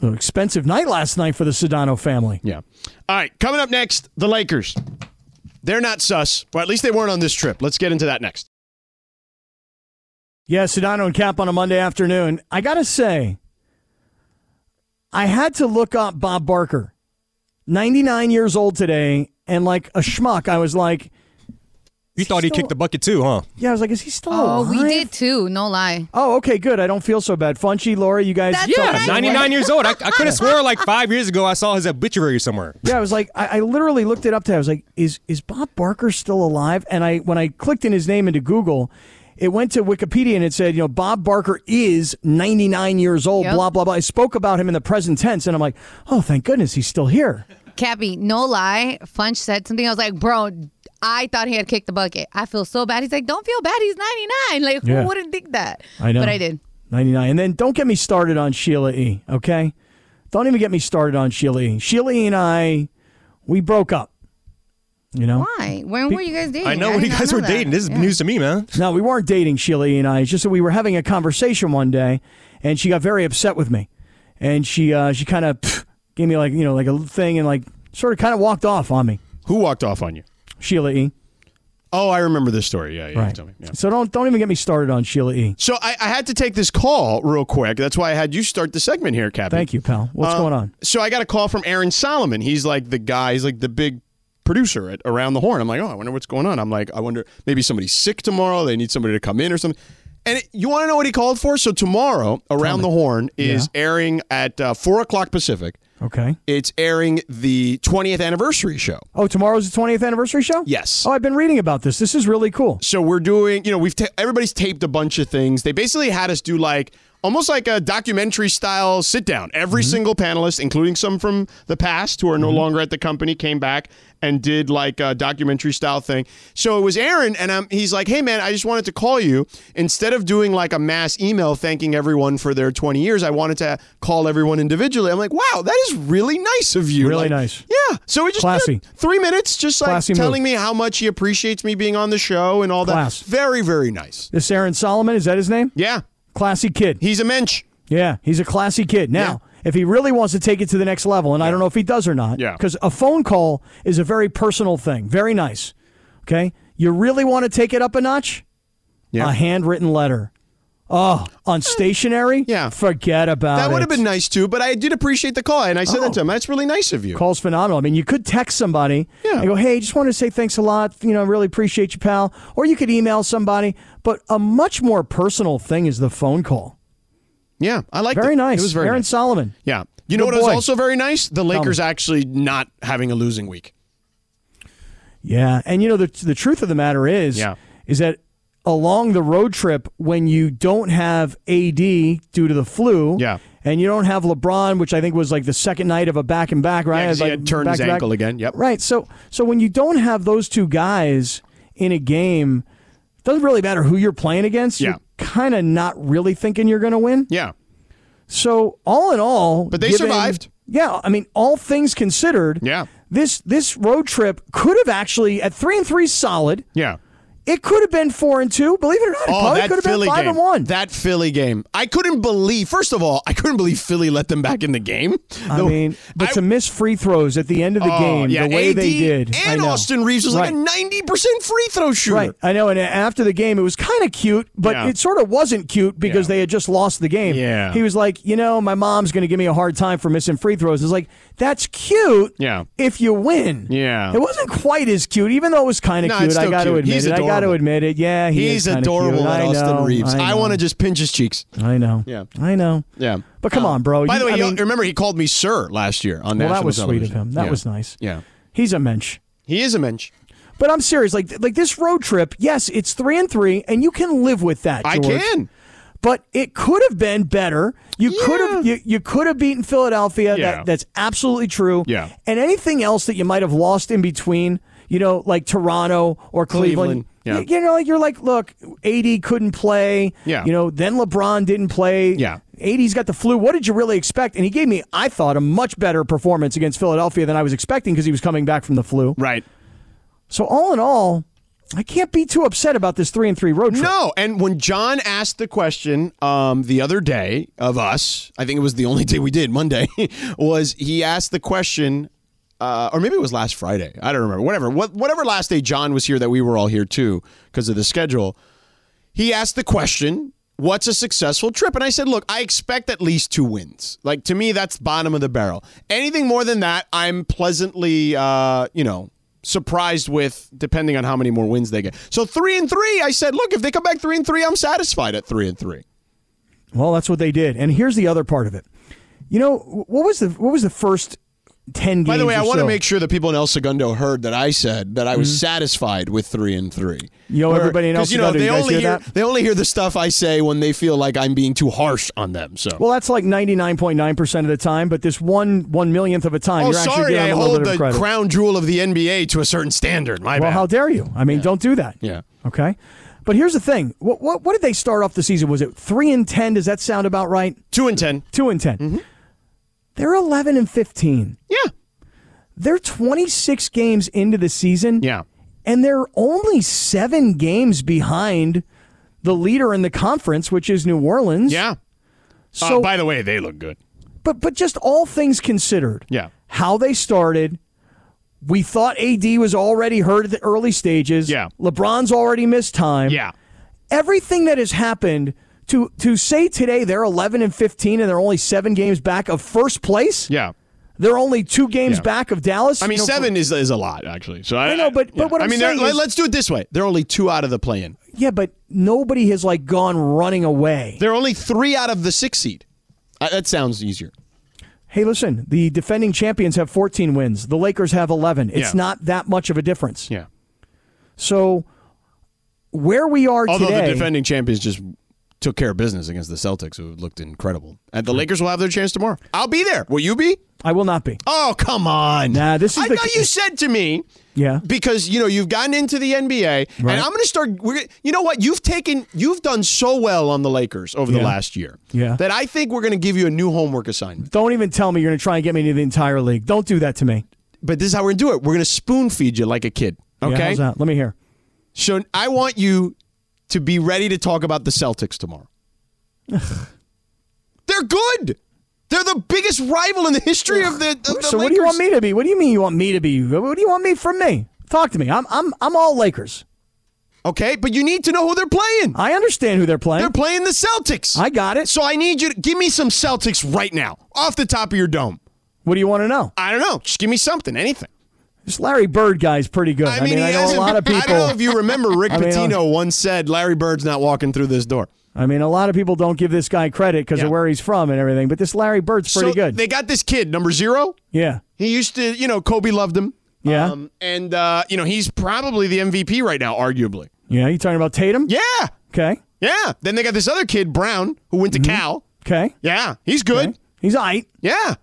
[SPEAKER 2] An expensive night last night for the Sedano family.
[SPEAKER 1] Yeah. All right, coming up next, the Lakers. They're not sus, or at least they weren't on this trip. Let's get into that next.
[SPEAKER 2] Yeah, Sedano and Cap on a Monday afternoon. I got to say, I had to look up Bob Barker, 99 years old today, and like a schmuck, I was like,
[SPEAKER 15] You thought he
[SPEAKER 2] still-
[SPEAKER 15] kicked the bucket too, huh?
[SPEAKER 2] yeah, I was like, is he still
[SPEAKER 14] Oh,
[SPEAKER 2] alive?
[SPEAKER 14] we did too. No lie.
[SPEAKER 2] Oh, okay, good. I don't feel so bad. Funchy, Laura, you guys.
[SPEAKER 15] yeah, 99 years old. I, I
[SPEAKER 14] [LAUGHS]
[SPEAKER 15] could have swore like five years ago I saw his obituary somewhere.
[SPEAKER 2] Yeah, I was like, I, I literally looked it up today. I was like, is is Bob Barker still alive? And I when I clicked in his name into Google, it went to Wikipedia and it said, you know, Bob Barker is 99 years old.
[SPEAKER 14] Yep.
[SPEAKER 2] Blah blah blah. I spoke about him in the present tense, and I'm like, oh, thank goodness he's still here.
[SPEAKER 14] Cappy, no lie. Funch said something. I was like, bro, I thought he had kicked the bucket. I feel so bad. He's like, don't feel bad. He's 99. Like,
[SPEAKER 2] Yeah.
[SPEAKER 14] who wouldn't think that?
[SPEAKER 2] I know.
[SPEAKER 14] But I did.
[SPEAKER 2] 99. And then don't get me started on Sheila E. Okay, don't even get me started on Sheila E. Sheila E. and I, we broke up. You know
[SPEAKER 14] Why? When
[SPEAKER 2] Be-
[SPEAKER 14] were you guys dating?
[SPEAKER 15] I know when
[SPEAKER 14] did
[SPEAKER 15] you
[SPEAKER 14] not
[SPEAKER 15] guys
[SPEAKER 14] know
[SPEAKER 15] were
[SPEAKER 14] that.
[SPEAKER 15] dating. This is
[SPEAKER 14] Yeah.
[SPEAKER 15] news to me, man.
[SPEAKER 2] No, we weren't dating, Sheila E and I. It's just that we were having a conversation one day, and she got very upset with me, and she uh, she kind of gave me like you know like a little thing and like sort of kind of walked off on me.
[SPEAKER 1] Who walked off on you?
[SPEAKER 2] Sheila E.
[SPEAKER 1] Oh, I remember this story. Yeah, yeah.
[SPEAKER 2] Right.
[SPEAKER 1] tell me. Yeah.
[SPEAKER 2] So don't don't even get me started on Sheila E.
[SPEAKER 1] So I, I had to take this call real quick. That's why I had you start the segment here, Captain.
[SPEAKER 2] Thank you, pal. What's
[SPEAKER 1] Uh,
[SPEAKER 2] going on?
[SPEAKER 1] So I got a call from Aaron Solomon. He's like the guy. He's like the big producer at Around the Horn. I'm like, oh, I wonder what's going on. I'm like, I wonder maybe somebody's sick tomorrow. They need somebody to come in or something. And it, you want to know what he called for? So tomorrow, Around the Horn is airing at uh, four o'clock Pacific.
[SPEAKER 2] Okay.
[SPEAKER 1] It's airing the 20th anniversary show.
[SPEAKER 2] Oh, tomorrow's the 20th anniversary show?
[SPEAKER 1] Yes.
[SPEAKER 2] Oh, I've been reading about this. This is really cool.
[SPEAKER 1] So we're doing, you know, we've ta- everybody's taped a bunch of things. They basically had us do like almost like a documentary style sit down. Every
[SPEAKER 2] Mm-hmm.
[SPEAKER 1] single panelist, including some from the past who are no longer at the company, came back and did like a documentary style thing. So it was Aaron, and i he's like, "Hey man, I just wanted to call you instead of doing like a mass email thanking everyone for their 20 years. I wanted to call everyone individually. I'm like, wow, that is really nice of you.
[SPEAKER 2] Really
[SPEAKER 1] Like,
[SPEAKER 2] nice.
[SPEAKER 1] Yeah. So we just
[SPEAKER 2] Classy.
[SPEAKER 1] three minutes, just like
[SPEAKER 2] Classy move.
[SPEAKER 1] telling me how much he appreciates me being on the show and all
[SPEAKER 2] Class.
[SPEAKER 1] that. Very very nice.
[SPEAKER 2] This Aaron Solomon, is that his name?
[SPEAKER 1] Yeah.
[SPEAKER 2] Classy kid.
[SPEAKER 1] He's a mensch.
[SPEAKER 2] Yeah, he's a classy kid. Now, if he really wants to take it to the next level, and I don't know if he does or not,
[SPEAKER 1] Yeah.
[SPEAKER 2] because a phone call is a very personal thing. Very nice. Okay? You really want to take it up a notch?
[SPEAKER 1] Yeah. Eh.
[SPEAKER 2] A handwritten letter. Oh, on stationery? Yeah. Forget about it. Oh.
[SPEAKER 1] That would have been nice too, but I did appreciate the call, and I said that to him. That's really nice of you.
[SPEAKER 2] Call's phenomenal. I mean, you could text somebody and go, hey, just wanted to say thanks a lot. You know, really appreciate you, pal. Or you could email somebody. But a much more personal thing is the phone call.
[SPEAKER 1] Yeah, I like
[SPEAKER 2] Very
[SPEAKER 1] it.
[SPEAKER 2] nice.
[SPEAKER 1] It was very
[SPEAKER 2] Aaron
[SPEAKER 1] nice.
[SPEAKER 2] Solomon.
[SPEAKER 1] Yeah. You know
[SPEAKER 2] Good
[SPEAKER 1] what was
[SPEAKER 2] boy.
[SPEAKER 1] also very nice? The
[SPEAKER 2] me.
[SPEAKER 1] Lakers actually not having a losing week.
[SPEAKER 2] Yeah. And, you know, the, the truth of the matter is,
[SPEAKER 1] Yeah.
[SPEAKER 2] is that along the road trip, when you don't have AD due to the flu.
[SPEAKER 1] Yeah.
[SPEAKER 2] And you don't have LeBron, which I think was like the second night of a back and back, right?
[SPEAKER 1] Yeah, 'cause he
[SPEAKER 2] Like,
[SPEAKER 1] had turned his
[SPEAKER 2] back-to-back.
[SPEAKER 1] ankle again. Yep.
[SPEAKER 2] Right. So so when you don't have those two guys in a game, it doesn't really matter who you're playing against.
[SPEAKER 1] Yeah.
[SPEAKER 2] You're kind of not really thinking you're going to win.
[SPEAKER 1] Yeah.
[SPEAKER 2] So all in all,
[SPEAKER 1] But they survived.
[SPEAKER 2] Yeah, I mean, all things considered,
[SPEAKER 1] Yeah.
[SPEAKER 2] This this road trip could have actually at three and three solid.
[SPEAKER 1] Yeah.
[SPEAKER 2] It could have been four and two. Believe it or not, it
[SPEAKER 1] Oh,
[SPEAKER 2] probably
[SPEAKER 1] that
[SPEAKER 2] could have
[SPEAKER 1] Philly
[SPEAKER 2] been five
[SPEAKER 1] game.
[SPEAKER 2] and one.
[SPEAKER 1] That Philly game. I couldn't believe, first of all, I couldn't believe Philly let them back in the game.
[SPEAKER 2] I
[SPEAKER 1] The-
[SPEAKER 2] mean, but to miss free throws at the end of the
[SPEAKER 1] Oh,
[SPEAKER 2] game,
[SPEAKER 1] yeah,
[SPEAKER 2] the way
[SPEAKER 1] AD
[SPEAKER 2] they did, I
[SPEAKER 1] And
[SPEAKER 2] know.
[SPEAKER 1] Austin Reeves was like
[SPEAKER 2] Right.
[SPEAKER 1] a 90% free throw shooter.
[SPEAKER 2] Right, I know. And after the game, it was kind of cute, but
[SPEAKER 1] Yeah.
[SPEAKER 2] it sort of wasn't cute because they had just lost the game.
[SPEAKER 1] Yeah.
[SPEAKER 2] he was like, you know, my mom's going to give me a hard time for missing free throws. It's like that's cute.
[SPEAKER 1] Yeah.
[SPEAKER 2] if you win.
[SPEAKER 1] Yeah.
[SPEAKER 2] It wasn't quite as cute, even though it was kind of
[SPEAKER 1] No, it's
[SPEAKER 2] cute. I
[SPEAKER 1] still
[SPEAKER 2] got to
[SPEAKER 1] cute.
[SPEAKER 2] admit
[SPEAKER 1] He's
[SPEAKER 2] it. I got to
[SPEAKER 1] adorable.
[SPEAKER 2] admit it. Yeah, he
[SPEAKER 1] He's
[SPEAKER 2] is kinda
[SPEAKER 1] adorable,
[SPEAKER 2] cute.
[SPEAKER 1] that
[SPEAKER 2] I
[SPEAKER 1] Austin
[SPEAKER 2] know,
[SPEAKER 1] Reeves. I,
[SPEAKER 2] know.
[SPEAKER 1] want to just pinch his cheeks.
[SPEAKER 2] I know.
[SPEAKER 1] Yeah.
[SPEAKER 2] I know.
[SPEAKER 1] Yeah.
[SPEAKER 2] But come on, bro.
[SPEAKER 1] By
[SPEAKER 2] You-
[SPEAKER 1] the way,
[SPEAKER 2] I
[SPEAKER 1] you
[SPEAKER 2] mean-
[SPEAKER 1] remember he called me sir last year on
[SPEAKER 2] well,
[SPEAKER 1] national
[SPEAKER 2] that was
[SPEAKER 1] television.
[SPEAKER 2] sweet of him. That
[SPEAKER 1] Yeah.
[SPEAKER 2] was nice.
[SPEAKER 1] Yeah.
[SPEAKER 2] He's a mensch.
[SPEAKER 1] He is a mensch.
[SPEAKER 2] But I'm serious. Like like this road trip. Yes, it's three and three, and you can live with that.
[SPEAKER 1] I
[SPEAKER 2] George.
[SPEAKER 1] can.
[SPEAKER 2] But it could have been better. You could have you, you could have beaten Philadelphia.
[SPEAKER 1] Yeah.
[SPEAKER 2] That, that's absolutely true.
[SPEAKER 1] Yeah.
[SPEAKER 2] And anything else that you might have lost in between, you know, like Toronto or Cleveland.
[SPEAKER 1] Cleveland, yeah.
[SPEAKER 2] You, you know, like you're like, look, AD couldn't play.
[SPEAKER 1] Yeah.
[SPEAKER 2] You know, then LeBron didn't play.
[SPEAKER 1] Yeah.
[SPEAKER 2] AD's got the flu. What did you really expect? And he gave me, I thought, a much better performance against Philadelphia than I was expecting because he was coming back from the flu.
[SPEAKER 1] Right.
[SPEAKER 2] So all in all, I can't be too upset about this three and three road trip.
[SPEAKER 1] No, and when John asked the question um, the other day of us, I think it was the only day we did Monday, [LAUGHS] was he asked the question, uh, or maybe it was last Friday. I don't remember. Whatever, what, whatever last day John was here that we were all here too because of the schedule. He asked the question, "What's a successful trip?" And I said, "Look, I expect at least two wins. Like to me, that's bottom of the barrel. Anything more than that, I'm pleasantly, uh, you know." surprised with depending on how many more wins they get. So 3 and 3, I said, look, if they come back 3 and 3, I'm satisfied at 3 and 3.
[SPEAKER 2] Well, that's what they did. And here's the other part of it. You know, what was the what was the first ten games?
[SPEAKER 1] By the way, I want
[SPEAKER 2] want
[SPEAKER 1] to make sure that people in El Segundo heard that I said that I was satisfied with 3 and 3.
[SPEAKER 2] Mm-hmm. Yo,
[SPEAKER 1] Where-
[SPEAKER 2] everybody in El
[SPEAKER 1] 'cause, you know,
[SPEAKER 2] Segundo,
[SPEAKER 1] they
[SPEAKER 2] you guys
[SPEAKER 1] only
[SPEAKER 2] hear
[SPEAKER 1] hear
[SPEAKER 2] that?
[SPEAKER 1] they only hear the stuff I say when they feel like I'm being too harsh on them. So
[SPEAKER 2] Well, that's like ninety nine point nine percent of the time, but this one one millionth of a time,
[SPEAKER 1] Oh,
[SPEAKER 2] you're actually
[SPEAKER 1] sorry,
[SPEAKER 2] getting
[SPEAKER 1] I
[SPEAKER 2] a little
[SPEAKER 1] hold
[SPEAKER 2] bit
[SPEAKER 1] the
[SPEAKER 2] of credit.
[SPEAKER 1] crown jewel of the NBA to a certain standard. My
[SPEAKER 2] well,
[SPEAKER 1] bad.
[SPEAKER 2] how dare you? I mean, don't do that.
[SPEAKER 1] yeah.
[SPEAKER 2] Okay. But here's the thing. What, what what did they start off the season? Was it three and ten? Does that sound about right?
[SPEAKER 1] 2 and 10.
[SPEAKER 2] Two and 10 they
[SPEAKER 1] Mm-hmm.
[SPEAKER 2] They're eleven and fifteen.
[SPEAKER 1] Yeah.
[SPEAKER 2] They're twenty six games into the season.
[SPEAKER 1] Yeah.
[SPEAKER 2] And they're only seven games behind the leader in the conference, which is New Orleans.
[SPEAKER 1] Yeah.
[SPEAKER 2] So
[SPEAKER 1] uh, by the way, they look good.
[SPEAKER 2] but but just all things considered,
[SPEAKER 1] Yeah.
[SPEAKER 2] how they started. We thought AD was already hurt at the early stages.
[SPEAKER 1] Yeah.
[SPEAKER 2] LeBron's already missed time.
[SPEAKER 1] Yeah.
[SPEAKER 2] Everything that has happened to to say today they're 11 and 15 and they're only 7 games back of first place.
[SPEAKER 1] Yeah.
[SPEAKER 2] They're only 2 games
[SPEAKER 1] Yeah.
[SPEAKER 2] back of Dallas.
[SPEAKER 1] I mean,
[SPEAKER 2] You know,
[SPEAKER 1] seven is is a lot actually. So I,
[SPEAKER 2] I know, but- but what
[SPEAKER 1] I
[SPEAKER 2] I'm
[SPEAKER 1] mean, they're-
[SPEAKER 2] saying is-
[SPEAKER 1] let's do it this way: they're only two out of the play-in.
[SPEAKER 2] Yeah, but nobody has like gone running away.
[SPEAKER 1] They're only three out of the six seed. Uh, that sounds easier.
[SPEAKER 2] hey, listen, the defending champions have 14 wins, the Lakers have 11.
[SPEAKER 1] Yeah.
[SPEAKER 2] It's not that much of a difference.
[SPEAKER 1] Yeah.
[SPEAKER 2] So where we are
[SPEAKER 1] Although
[SPEAKER 2] today,
[SPEAKER 1] the defending champions just took care of business against the Celtics, who looked incredible. And the Lakers will have their chance tomorrow. I'll be there. Will you be?
[SPEAKER 2] I will not be.
[SPEAKER 1] Oh, come on.
[SPEAKER 2] Nah, this is
[SPEAKER 1] I
[SPEAKER 2] the-
[SPEAKER 1] know you said to me.
[SPEAKER 2] Yeah.
[SPEAKER 1] Because you know you've gotten into the NBA, and
[SPEAKER 2] Right.
[SPEAKER 1] I'm going to start. We're gonna, you know what? You've taken, you've done so well on the Lakers over the
[SPEAKER 2] Yeah.
[SPEAKER 1] last year
[SPEAKER 2] Yeah.
[SPEAKER 1] that I think we're going to give you a new homework assignment.
[SPEAKER 2] don't even tell me you're going to try and get me into the entire league. Don't do that to me.
[SPEAKER 1] But this is how we're going to do it. We're going to spoon feed you like a kid.
[SPEAKER 2] Yeah,
[SPEAKER 1] Okay.
[SPEAKER 2] how's that? Let me hear.
[SPEAKER 1] So I want you to be ready to talk about the Celtics
[SPEAKER 2] [SIGHS]
[SPEAKER 1] tomorrow. They're good. They're the biggest rival in the history of
[SPEAKER 2] [SIGHS]
[SPEAKER 1] the. Of the
[SPEAKER 2] so what do you want me to be? What do you mean you want me to be? What do you want me from me? Talk to me. I'm I'm I'm all Lakers.
[SPEAKER 1] Okay, but you need to know who they're playing.
[SPEAKER 2] I understand who they're playing.
[SPEAKER 1] They're playing the Celtics.
[SPEAKER 2] I got it.
[SPEAKER 1] So I need you to give me some Celtics right now, off the top of your dome.
[SPEAKER 2] What do you want to know?
[SPEAKER 1] I don't know. Just give me something, anything.
[SPEAKER 2] This Larry Bird guy's pretty good. I mean, I,
[SPEAKER 1] he
[SPEAKER 2] know a
[SPEAKER 1] hasn't-
[SPEAKER 2] lot of people.
[SPEAKER 1] I don't know if you
[SPEAKER 2] [LAUGHS]
[SPEAKER 1] remember Rick
[SPEAKER 2] I mean, uh,
[SPEAKER 1] Pitino once said Larry Bird's not walking through this door.
[SPEAKER 2] I mean, a lot of people don't give this guy credit because of where he's from and everything. But this Larry Bird's pretty
[SPEAKER 1] so
[SPEAKER 2] good.
[SPEAKER 1] They got this kid, number zero.
[SPEAKER 2] yeah,
[SPEAKER 1] He used to, you know, Kobe loved him.
[SPEAKER 2] Yeah.
[SPEAKER 1] Um, and, uh, you know, he's probably the MVP right now, arguably.
[SPEAKER 2] yeah. You talking about Tatum?
[SPEAKER 1] Yeah.
[SPEAKER 2] Okay.
[SPEAKER 1] Yeah. Then they got this other kid, Brown, who went to Cal.
[SPEAKER 2] Mm-hmm. Okay.
[SPEAKER 1] Yeah. He's good.
[SPEAKER 2] He's all right.
[SPEAKER 1] Yeah.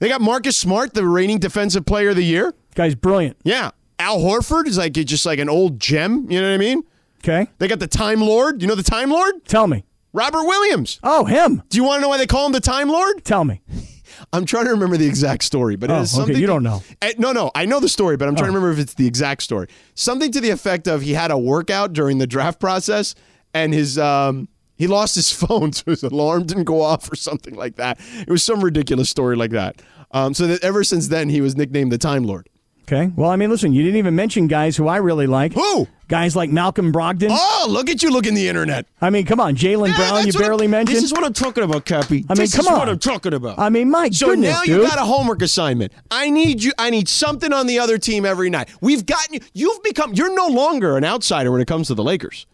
[SPEAKER 1] They got Marcus Smart, the reigning defensive player of the year.
[SPEAKER 2] Guy's brilliant.
[SPEAKER 1] Yeah. Al Horford is like just like an old gem. You know what I mean?
[SPEAKER 2] Okay.
[SPEAKER 1] They got the Time Lord. You know the Time Lord?
[SPEAKER 2] Tell me.
[SPEAKER 1] Robert Williams.
[SPEAKER 2] Oh, him.
[SPEAKER 1] Do you want to know why they call him the Time Lord?
[SPEAKER 2] Tell me.
[SPEAKER 1] I'm trying to remember the exact story, but
[SPEAKER 2] Oh,
[SPEAKER 1] it is
[SPEAKER 2] okay,
[SPEAKER 1] something.
[SPEAKER 2] you don't know. Oh.
[SPEAKER 1] Eh, no, no, I know the story, but I'm trying to remember if it's the exact story. Something to the effect of he had a workout during the draft process, and his um, he lost his [LAUGHS] phone, so his alarm didn't go off or something like that. It was some ridiculous story like that. Um, so that ever since then, he was nicknamed the Time Lord.
[SPEAKER 2] Okay. Well, I mean, listen, you didn't even mention guys who I really like.
[SPEAKER 1] Who?
[SPEAKER 2] Guys like Malcolm Brogdon.
[SPEAKER 1] Oh, look at you looking the internet.
[SPEAKER 2] I mean, come on, Jalen
[SPEAKER 1] Yeah,
[SPEAKER 2] Brown. You
[SPEAKER 1] that's what I'm-
[SPEAKER 2] barely mentioned.
[SPEAKER 1] This is what I'm talking about, Cappy.
[SPEAKER 2] I mean,
[SPEAKER 1] this
[SPEAKER 2] come
[SPEAKER 1] is
[SPEAKER 2] on.
[SPEAKER 1] what I'm talking about.
[SPEAKER 2] I mean, my
[SPEAKER 1] so
[SPEAKER 2] goodness,
[SPEAKER 1] now
[SPEAKER 2] dude.
[SPEAKER 1] you got a homework assignment. I need you. I need something on the other team every night. We've gotten you. You've become. You're no longer an outsider when it comes to the Lakers.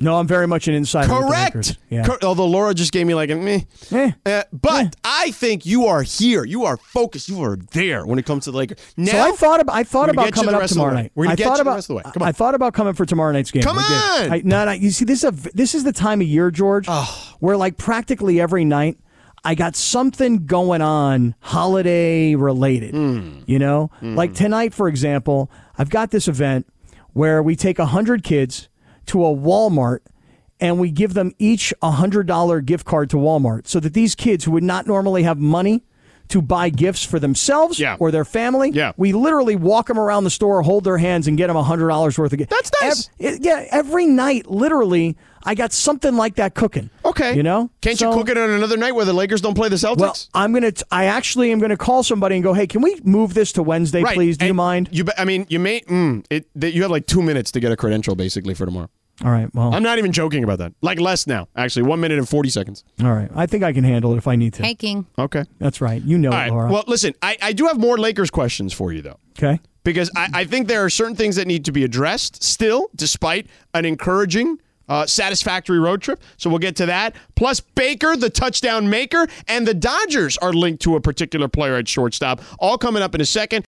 [SPEAKER 2] no, I'm very much an insider. with the Lakers.
[SPEAKER 1] Correct.
[SPEAKER 2] Yeah.
[SPEAKER 1] Cor- although Laura just gave me like a meh.
[SPEAKER 2] Eh.
[SPEAKER 1] Uh, but I think you are here. You are focused. You are there when it comes to the Lakers. Now,
[SPEAKER 2] so I thought about I thought
[SPEAKER 1] we're gonna
[SPEAKER 2] about
[SPEAKER 1] get you
[SPEAKER 2] coming
[SPEAKER 1] the
[SPEAKER 2] up
[SPEAKER 1] rest of the
[SPEAKER 2] tomorrow
[SPEAKER 1] way.
[SPEAKER 2] night.
[SPEAKER 1] We're gonna
[SPEAKER 2] I
[SPEAKER 1] get
[SPEAKER 2] thought
[SPEAKER 1] you the
[SPEAKER 2] about
[SPEAKER 1] rest of the way. Come
[SPEAKER 2] I thought about coming for tomorrow night's game.
[SPEAKER 1] Come
[SPEAKER 2] I did.
[SPEAKER 1] on!
[SPEAKER 2] I, no, no. You see, this is a this is the time of year, George,
[SPEAKER 1] Oh.
[SPEAKER 2] where like practically every night I got something going on holiday related.
[SPEAKER 1] Hmm.
[SPEAKER 2] You know, like tonight, for example, I've got this event where we take hundred kids to a Walmart. And we give them each a $100 gift card to Walmart so that these kids who would not normally have money to buy gifts for themselves
[SPEAKER 1] Yeah.
[SPEAKER 2] or their family.
[SPEAKER 1] Yeah.
[SPEAKER 2] We literally walk them around the store, hold their hands, and get them hundred dollars worth of gifts.
[SPEAKER 1] That's nice.
[SPEAKER 2] yeah, every night, literally, I got something like that cooking.
[SPEAKER 1] Okay.
[SPEAKER 2] you know,
[SPEAKER 1] Can't
[SPEAKER 2] So-
[SPEAKER 1] you cook it on another night where the Lakers don't play the Celtics?
[SPEAKER 2] Well, I'm gonna. T- I actually am gonna call somebody and go, "Hey, can we move this to Wednesday,
[SPEAKER 1] right.
[SPEAKER 2] please? Do you
[SPEAKER 1] And
[SPEAKER 2] mind?"
[SPEAKER 1] You. be- I mean, you may. Mm, it. That you have like two minutes to get a credential basically for tomorrow.
[SPEAKER 2] All right. Well,
[SPEAKER 1] I'm not even joking about that. Like less now, actually. One minute and 40 seconds.
[SPEAKER 2] all right. I think I can handle it if I need to.
[SPEAKER 14] Taking.
[SPEAKER 1] Okay.
[SPEAKER 2] That's right. You know,
[SPEAKER 1] All
[SPEAKER 2] it,
[SPEAKER 1] right.
[SPEAKER 2] Laura.
[SPEAKER 1] Well, listen, I, I do have more Lakers questions for you, though,
[SPEAKER 2] okay.
[SPEAKER 1] because I, I think there are certain things that need to be addressed still, despite an encouraging, uh, satisfactory road trip. So we'll get to that. Plus, Baker, the touchdown maker, and the Dodgers are linked to a particular player at shortstop, all coming up in a second.